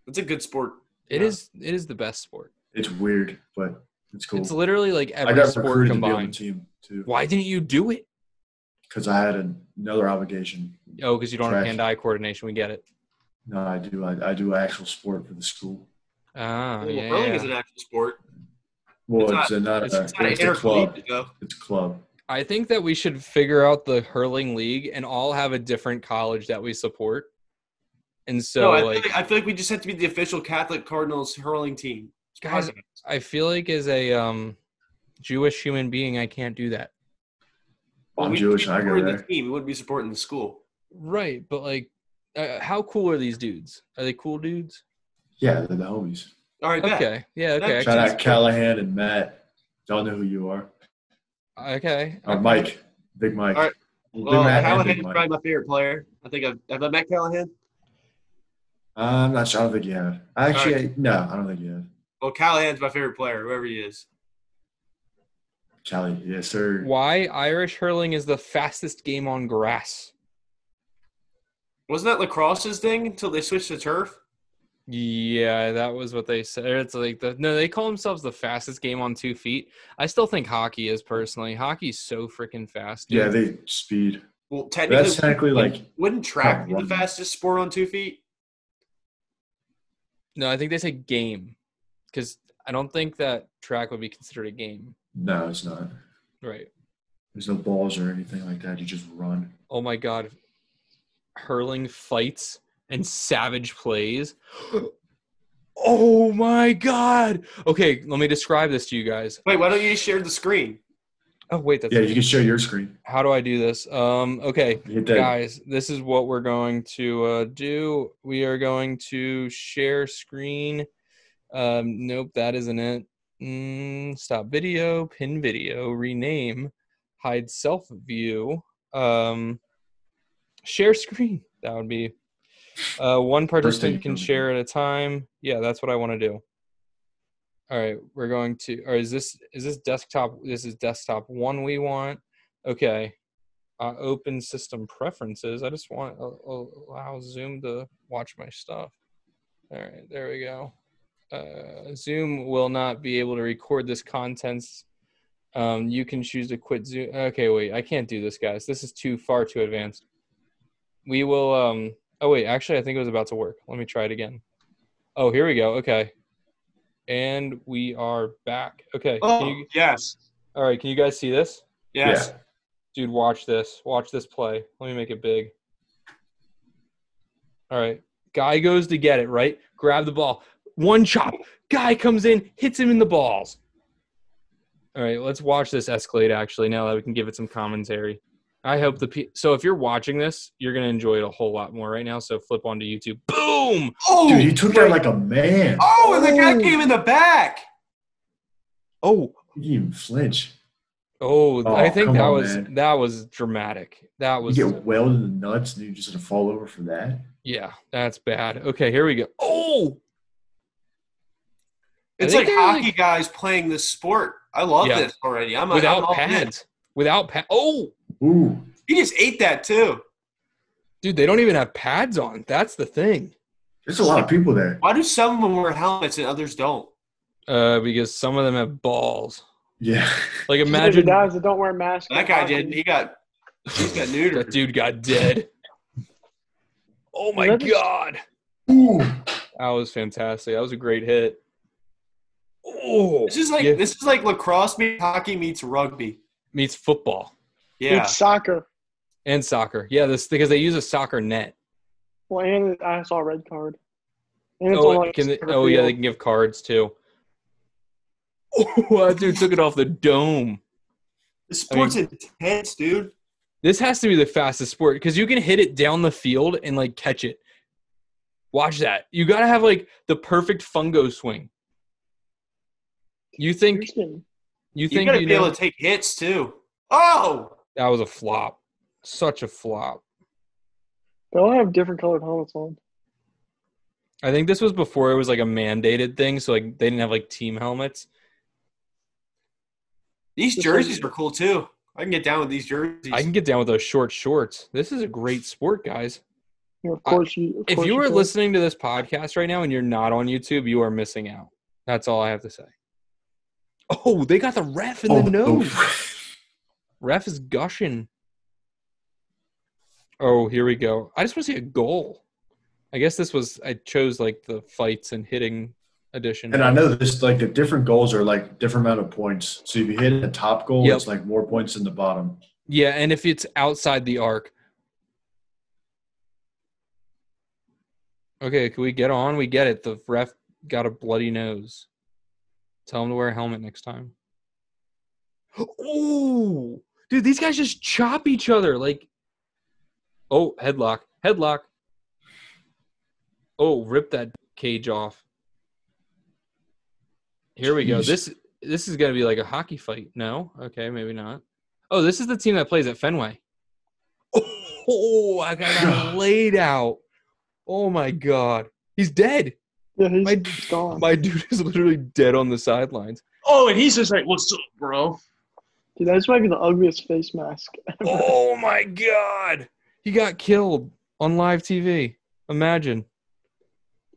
[SPEAKER 2] it's a good sport.
[SPEAKER 1] It
[SPEAKER 2] Yeah.
[SPEAKER 1] is. it is the best sport.
[SPEAKER 4] It's weird, but it's cool.
[SPEAKER 1] It's literally like
[SPEAKER 4] I
[SPEAKER 1] every
[SPEAKER 4] got
[SPEAKER 1] sport
[SPEAKER 4] recruited to be on the
[SPEAKER 1] combined.
[SPEAKER 4] team too.
[SPEAKER 1] Why didn't you do it?
[SPEAKER 4] because I had an, another obligation.
[SPEAKER 1] Oh, because you don't have
[SPEAKER 4] Trash.
[SPEAKER 1] hand-eye coordination. We get it.
[SPEAKER 4] No, I do. I, I do actual sport for the school.
[SPEAKER 1] Ah,
[SPEAKER 2] Well,
[SPEAKER 1] yeah.
[SPEAKER 2] Hurling
[SPEAKER 1] yeah.
[SPEAKER 2] is an actual sport.
[SPEAKER 4] Well,
[SPEAKER 2] It's
[SPEAKER 4] it's, a- not,
[SPEAKER 1] it's-
[SPEAKER 4] a,
[SPEAKER 2] It's
[SPEAKER 4] it's,
[SPEAKER 2] not
[SPEAKER 4] a
[SPEAKER 2] intercollegiate.
[SPEAKER 4] club.
[SPEAKER 2] though.
[SPEAKER 4] It's a club.
[SPEAKER 1] I think that we should figure out the hurling league and all have a different college that we support. And so,
[SPEAKER 2] no, I,
[SPEAKER 1] like,
[SPEAKER 2] feel like, I feel like we just have to be the official Catholic Cardinals hurling team.
[SPEAKER 1] Guys, I feel like as a um, Jewish human being, I can't do that.
[SPEAKER 4] I'm
[SPEAKER 2] we'd be
[SPEAKER 4] Jewish and I go
[SPEAKER 2] supporting
[SPEAKER 4] there.
[SPEAKER 2] the team. We wouldn't be supporting the school.
[SPEAKER 1] Right, but like, uh, how cool are these dudes? Are they cool dudes?
[SPEAKER 4] Yeah, they're the homies.
[SPEAKER 2] All right, bet.
[SPEAKER 1] Okay, yeah, okay, I
[SPEAKER 4] Shout
[SPEAKER 1] can-
[SPEAKER 4] out Callahan and Matt. Y'all know who you are.
[SPEAKER 1] okay.
[SPEAKER 4] Or Mike, Big Mike.
[SPEAKER 2] All right.
[SPEAKER 4] Big
[SPEAKER 2] Well,
[SPEAKER 4] Matt and
[SPEAKER 2] Callahan's
[SPEAKER 4] Big
[SPEAKER 2] probably
[SPEAKER 4] Mike.
[SPEAKER 2] my favorite player. I think I've, have I met Callahan?
[SPEAKER 4] I'm not sure. I don't think you have. Actually, no, I don't think you have.
[SPEAKER 2] Well, Callahan's my favorite player, whoever he is.
[SPEAKER 4] Callie, yes, sir.
[SPEAKER 1] Why Irish hurling is the fastest game on grass?
[SPEAKER 2] Wasn't that lacrosse's thing until they switched to turf?
[SPEAKER 1] Yeah, that was what they said. It's like the no, they call themselves the fastest game on two feet. I still think hockey is personally. Hockey's so freaking fast. dude.
[SPEAKER 4] Yeah, they speed.
[SPEAKER 2] Well,
[SPEAKER 4] But
[SPEAKER 2] technically,
[SPEAKER 4] That's technically like oh,
[SPEAKER 2] wouldn't track be the
[SPEAKER 4] running.
[SPEAKER 2] fastest sport on two feet?
[SPEAKER 1] No, I think they say game because I don't think that track would be considered a game.
[SPEAKER 4] no, it's not.
[SPEAKER 1] Right.
[SPEAKER 4] There's no balls or anything like that. You just run.
[SPEAKER 1] Oh my God. Hurling fights and savage plays. (gasps) Oh my God. Okay, let me describe this to you guys.
[SPEAKER 2] Wait, why don't you share the screen?
[SPEAKER 1] Oh, wait, that's
[SPEAKER 4] Yeah, you can show your screen.
[SPEAKER 1] how do I do this? Um, okay,
[SPEAKER 4] Hit that
[SPEAKER 1] guys, this is what we're going to uh, do. We are going to share screen. Um, nope, that isn't it. Mm, stop video, pin video, rename, hide self view, um, share screen. That would be uh, one
[SPEAKER 4] thing
[SPEAKER 1] participant
[SPEAKER 4] you
[SPEAKER 1] can
[SPEAKER 4] can do.
[SPEAKER 1] share at a time. Yeah, that's what I want to do. All right, we're going to. Or is this is this desktop? This is desktop one we want. Okay, uh, open system preferences. I just want uh, allow Zoom to watch my stuff. All right, there we go. Uh, Zoom will not be able to record this contents. Um, you can choose to quit Zoom. Okay, wait, I can't do this, guys. This is too far too advanced. We will. Um, oh wait, actually, I think it was about to work. Let me try it again. Oh, here we go. Okay, and we are back. Okay, can
[SPEAKER 2] Oh,
[SPEAKER 1] you,
[SPEAKER 2] yes.
[SPEAKER 1] all right. Can you guys see this?
[SPEAKER 2] Yes.
[SPEAKER 4] Yeah.
[SPEAKER 1] Dude, watch this. Watch this play. Let me make it big. All right. Guy goes to get it, right? Grab the ball. One chop. Guy comes in, hits him in the balls. All right, let's watch this escalate actually now that we can give it some commentary. I hope the pe- so if you're watching this, you're going to enjoy it a whole lot more right now, so flip onto YouTube. Boom!
[SPEAKER 2] Oh,
[SPEAKER 4] Dude, he took that like a man.
[SPEAKER 2] oh, and the guy
[SPEAKER 1] Oh.
[SPEAKER 2] came in the back.
[SPEAKER 1] Oh,
[SPEAKER 4] He didn't even flinch.
[SPEAKER 1] oh,
[SPEAKER 4] Oh,
[SPEAKER 1] I think
[SPEAKER 4] come
[SPEAKER 1] that
[SPEAKER 4] on,
[SPEAKER 1] was
[SPEAKER 4] man.
[SPEAKER 1] that was dramatic. That
[SPEAKER 4] You
[SPEAKER 1] was
[SPEAKER 4] get welded in the nuts and you just gonna fall over for that.
[SPEAKER 1] yeah, that's bad. Okay, here we go. Oh, I
[SPEAKER 2] It's
[SPEAKER 1] think
[SPEAKER 2] like
[SPEAKER 1] they were, like-
[SPEAKER 2] hockey guys playing this sport. I love
[SPEAKER 1] Yeah.
[SPEAKER 2] this already. I'm
[SPEAKER 1] without
[SPEAKER 2] I'm all in.
[SPEAKER 1] pads. Without pad. Oh,
[SPEAKER 4] Ooh,
[SPEAKER 2] He just ate that too.
[SPEAKER 1] dude, they don't even have pads on. That's the thing.
[SPEAKER 4] there's a lot of people there.
[SPEAKER 2] Why do some of them wear helmets and others don't?
[SPEAKER 1] Uh, because some of them have balls.
[SPEAKER 4] Yeah.
[SPEAKER 1] Like
[SPEAKER 3] There's the
[SPEAKER 1] imagine (laughs)
[SPEAKER 3] guys that don't wear masks.
[SPEAKER 2] That guy did. He got he got neutered.
[SPEAKER 1] that dude got dead. Oh my
[SPEAKER 3] Another-
[SPEAKER 1] god.
[SPEAKER 4] Ooh.
[SPEAKER 1] That was fantastic. That was a great hit. Oh,
[SPEAKER 2] This is like
[SPEAKER 1] yeah,
[SPEAKER 2] this is like lacrosse meets hockey meets rugby.
[SPEAKER 1] meets football
[SPEAKER 2] Yeah,
[SPEAKER 3] It's soccer.
[SPEAKER 1] and soccer. Yeah, this because they use a soccer net.
[SPEAKER 3] Well, and I saw a red card. And it's on,
[SPEAKER 1] Oh,
[SPEAKER 3] like,
[SPEAKER 1] can they,
[SPEAKER 3] soccer
[SPEAKER 1] oh yeah, they
[SPEAKER 3] field.
[SPEAKER 1] can give cards too. (laughs) Oh, that dude took it off the dome.
[SPEAKER 2] the sport's intense, dude.
[SPEAKER 1] This has to be the fastest sport because you can hit it down the field and like catch it. Watch that. You got to have like the perfect fungo swing. You think
[SPEAKER 3] Houston.
[SPEAKER 1] you
[SPEAKER 2] You
[SPEAKER 1] think
[SPEAKER 2] gotta
[SPEAKER 1] you
[SPEAKER 2] be
[SPEAKER 1] know-
[SPEAKER 2] able to take hits too. Oh,
[SPEAKER 1] that was a flop. Such a flop.
[SPEAKER 3] They all have different colored helmets on.
[SPEAKER 1] I think this was before it was like a mandated thing, so like they didn't have like team helmets.
[SPEAKER 2] these jerseys are cool too. I can get down with these jerseys.
[SPEAKER 1] I can get down with those short shorts. This is a great sport, guys.
[SPEAKER 3] You know, of
[SPEAKER 1] I-
[SPEAKER 3] course you. Of
[SPEAKER 1] If
[SPEAKER 3] course
[SPEAKER 1] you were
[SPEAKER 3] can.
[SPEAKER 1] listening to this podcast right now and you're not on YouTube, you are missing out. That's all I have to say. Oh, they got the ref in
[SPEAKER 4] (laughs) Oh,
[SPEAKER 1] the nose.
[SPEAKER 4] oh.
[SPEAKER 1] Ref is gushing. Oh, here we go. I just want to see a goal. I guess this was I chose like the fights and hitting edition.
[SPEAKER 4] And I know this like the different goals are like different amount of points. So if you hit the top goal,
[SPEAKER 1] Yep.
[SPEAKER 4] it's like more points than the bottom.
[SPEAKER 1] Yeah, and if it's outside the arc. Okay, can we get on? We get it. The ref got a bloody nose. Tell him to wear a helmet next (gasps) time. Oh, dude, these guys just chop each other like. Oh, headlock, headlock. Oh, rip that cage off. Here we go.
[SPEAKER 4] Jeez.
[SPEAKER 1] This this is gonna be like a hockey fight. No, okay, maybe not. Oh, this is the team that plays at Fenway. Oh, I got laid out. Oh my god, he's dead.
[SPEAKER 3] Yeah, he's
[SPEAKER 1] My-
[SPEAKER 3] gone.
[SPEAKER 1] My (laughs) dude is literally dead on the sidelines.
[SPEAKER 2] oh, and he's just like, "What's up, bro?"
[SPEAKER 3] Dude, that just might be the ugliest face mask.
[SPEAKER 1] Oh my god, he got killed on live TV. Imagine.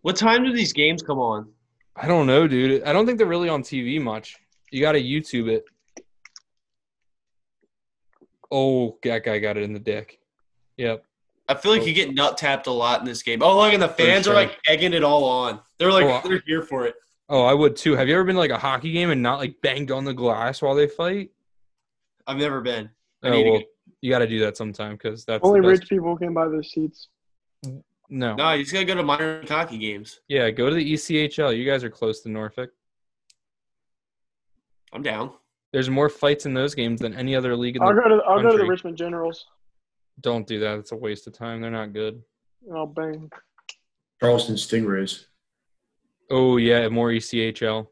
[SPEAKER 2] What time do these games come on?
[SPEAKER 1] I don't know, dude. I don't think they're really on TV much. You got to YouTube it. Oh, that guy got it in the dick. Yep.
[SPEAKER 2] I feel like you get nut tapped a lot in this game. Oh, look, and the fans
[SPEAKER 1] Oh. sure.
[SPEAKER 2] are like egging it all on. They're like,
[SPEAKER 1] Oh, I-
[SPEAKER 2] they're here for it.
[SPEAKER 1] Oh, I would too. Have you ever been to, like a hockey game and not like banged on the glass while they fight?
[SPEAKER 2] I've never been. I
[SPEAKER 1] Oh
[SPEAKER 2] need to
[SPEAKER 1] well,
[SPEAKER 2] get-
[SPEAKER 1] you got to do that sometime because that's
[SPEAKER 3] Only
[SPEAKER 1] the best-
[SPEAKER 3] rich people can buy those seats.
[SPEAKER 1] No.
[SPEAKER 2] No, you just gotta go to minor league hockey games.
[SPEAKER 1] Yeah, go to the E ECHL. You guys are close to Norfolk.
[SPEAKER 2] I'm down.
[SPEAKER 1] There's more fights in those games than any other league in the.
[SPEAKER 3] I'll go to I'll go to the
[SPEAKER 1] country.
[SPEAKER 3] Richmond Generals.
[SPEAKER 1] Don't do that. It's a waste of time. They're not good.
[SPEAKER 3] And I'll bang.
[SPEAKER 4] Charleston Stingrays.
[SPEAKER 1] Oh yeah, more ECHL.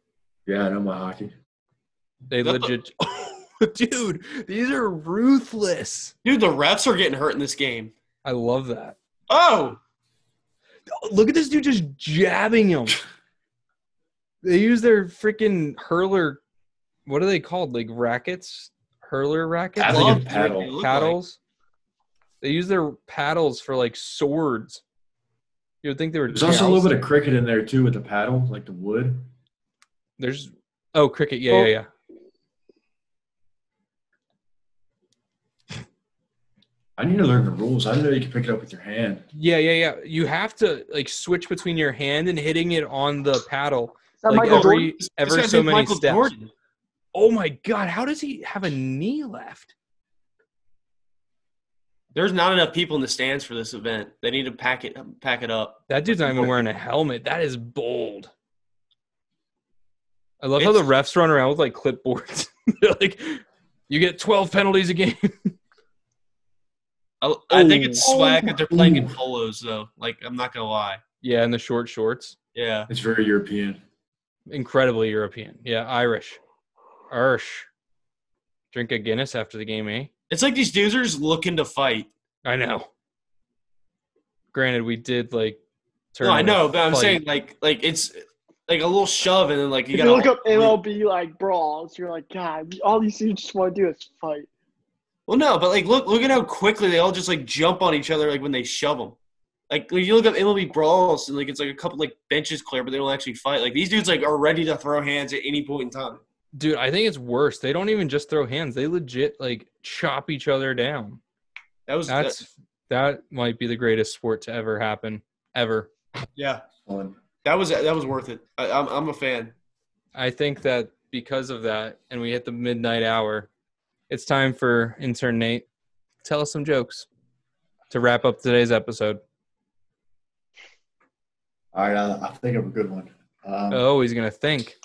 [SPEAKER 4] Yeah, I know my hockey.
[SPEAKER 1] They
[SPEAKER 2] That's a-
[SPEAKER 1] legit. (laughs) dude, these are ruthless.
[SPEAKER 2] Dude, the refs are getting hurt in this game.
[SPEAKER 1] I love that.
[SPEAKER 2] Oh,
[SPEAKER 1] Look at this dude just jabbing him. (laughs) they use their freaking hurler. What are they called? Like rackets? Hurler rackets?
[SPEAKER 4] I think
[SPEAKER 2] Gloves
[SPEAKER 4] it's
[SPEAKER 2] is what
[SPEAKER 4] paddle.
[SPEAKER 2] they look like.
[SPEAKER 1] paddles. They use their paddles for like swords. You would think they were.
[SPEAKER 4] There's also a little bit of cricket in there too with the paddle, like the wood.
[SPEAKER 1] There's oh cricket. Yeah,
[SPEAKER 3] Well-
[SPEAKER 1] yeah, yeah.
[SPEAKER 4] I need to learn the rules. I didn't know you could pick it up with your hand.
[SPEAKER 1] Yeah, yeah, yeah. You have to like switch between your hand and hitting it on the paddle
[SPEAKER 3] Is that
[SPEAKER 1] like
[SPEAKER 3] Michael
[SPEAKER 1] every
[SPEAKER 3] Jordan?
[SPEAKER 2] This
[SPEAKER 1] ever
[SPEAKER 2] guy's
[SPEAKER 1] so
[SPEAKER 2] like
[SPEAKER 1] many
[SPEAKER 2] Michael
[SPEAKER 1] steps.
[SPEAKER 2] Jordan.
[SPEAKER 1] Oh my god, how does he have a knee left?
[SPEAKER 2] There's not enough people in the stands for this event. They need to pack it pack it up.
[SPEAKER 1] That dude's not even wearing a helmet. That is bold. I love how the
[SPEAKER 2] It's-
[SPEAKER 1] refs run around with like clipboards. (laughs) They're like, you get 12 penalties a game. (laughs)
[SPEAKER 2] I, I think it's
[SPEAKER 4] Oh.
[SPEAKER 2] swag that they're playing in
[SPEAKER 4] Ooh.
[SPEAKER 2] polos though. Like I'm not gonna lie.
[SPEAKER 1] yeah, and the short shorts.
[SPEAKER 2] Yeah.
[SPEAKER 4] It's very European.
[SPEAKER 1] Incredibly European. Yeah, Irish. Irish. Drink a Guinness after the game, eh?
[SPEAKER 2] It's like these dudes are just looking to fight.
[SPEAKER 1] I know. Granted, we did like.
[SPEAKER 2] No, I
[SPEAKER 1] tournament
[SPEAKER 2] know, but I'm
[SPEAKER 1] fight.
[SPEAKER 2] saying like like it's like a little shove, and then like you
[SPEAKER 3] if you
[SPEAKER 2] gotta
[SPEAKER 3] look up MLB like brawls, you're like, God, all these dudes just want to do is fight.
[SPEAKER 2] Well, no, but like look, look at how quickly they all just like jump on each other like when they shove them. Like when you look up MLB brawls and like it's like a couple like benches clear, but they don't actually fight. Like these dudes like are ready to throw hands at any point in time.
[SPEAKER 1] Dude, I think it's worse. They don't even just throw hands. They legit like chop each other down.
[SPEAKER 2] That was that-
[SPEAKER 1] That's that might be the greatest sport to ever happen ever.
[SPEAKER 2] yeah.
[SPEAKER 4] Fun.
[SPEAKER 2] That was that was worth it. I, I'm I'm a fan.
[SPEAKER 1] I think that because of that and we hit the midnight hour, it's time for intern Nate tell us some jokes to wrap up today's episode.
[SPEAKER 4] All right, I, I think of a good one. Um,
[SPEAKER 1] Oh, he's gonna think.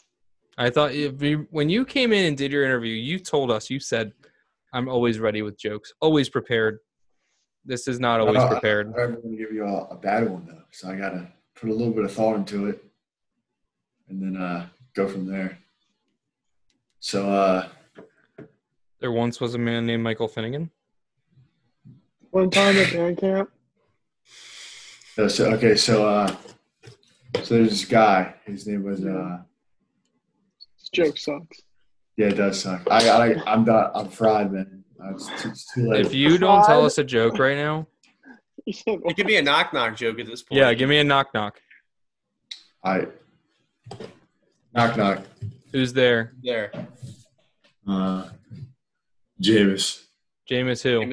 [SPEAKER 1] I thought if you, when you came in and did your interview, you told us you said, "I'm always ready with jokes, always prepared." This is not always
[SPEAKER 4] Uh,
[SPEAKER 1] prepared.
[SPEAKER 4] I'm going to give you a, a bad one though, so I got to put a little bit of thought into it, and then uh, go from there. So, uh,
[SPEAKER 1] There once was a man named Michael Finnegan.
[SPEAKER 3] One time at band camp,
[SPEAKER 4] so- so okay, so uh, so there's this guy. His name was uh,
[SPEAKER 3] this joke sucks.
[SPEAKER 4] yeah, it does suck. I, I I'm not I'm fried, man. Uh, It's, too- it's too
[SPEAKER 1] If
[SPEAKER 4] late.
[SPEAKER 1] you don't tell
[SPEAKER 3] God.
[SPEAKER 1] us a joke right now,
[SPEAKER 3] (laughs) He said,
[SPEAKER 2] It could be a knock knock joke at this point.
[SPEAKER 1] yeah, give me a knock knock.
[SPEAKER 4] All right. Knock knock.
[SPEAKER 1] Who's there?
[SPEAKER 2] there.
[SPEAKER 4] Uh, Jameis.
[SPEAKER 1] Jameis who?
[SPEAKER 2] Jameis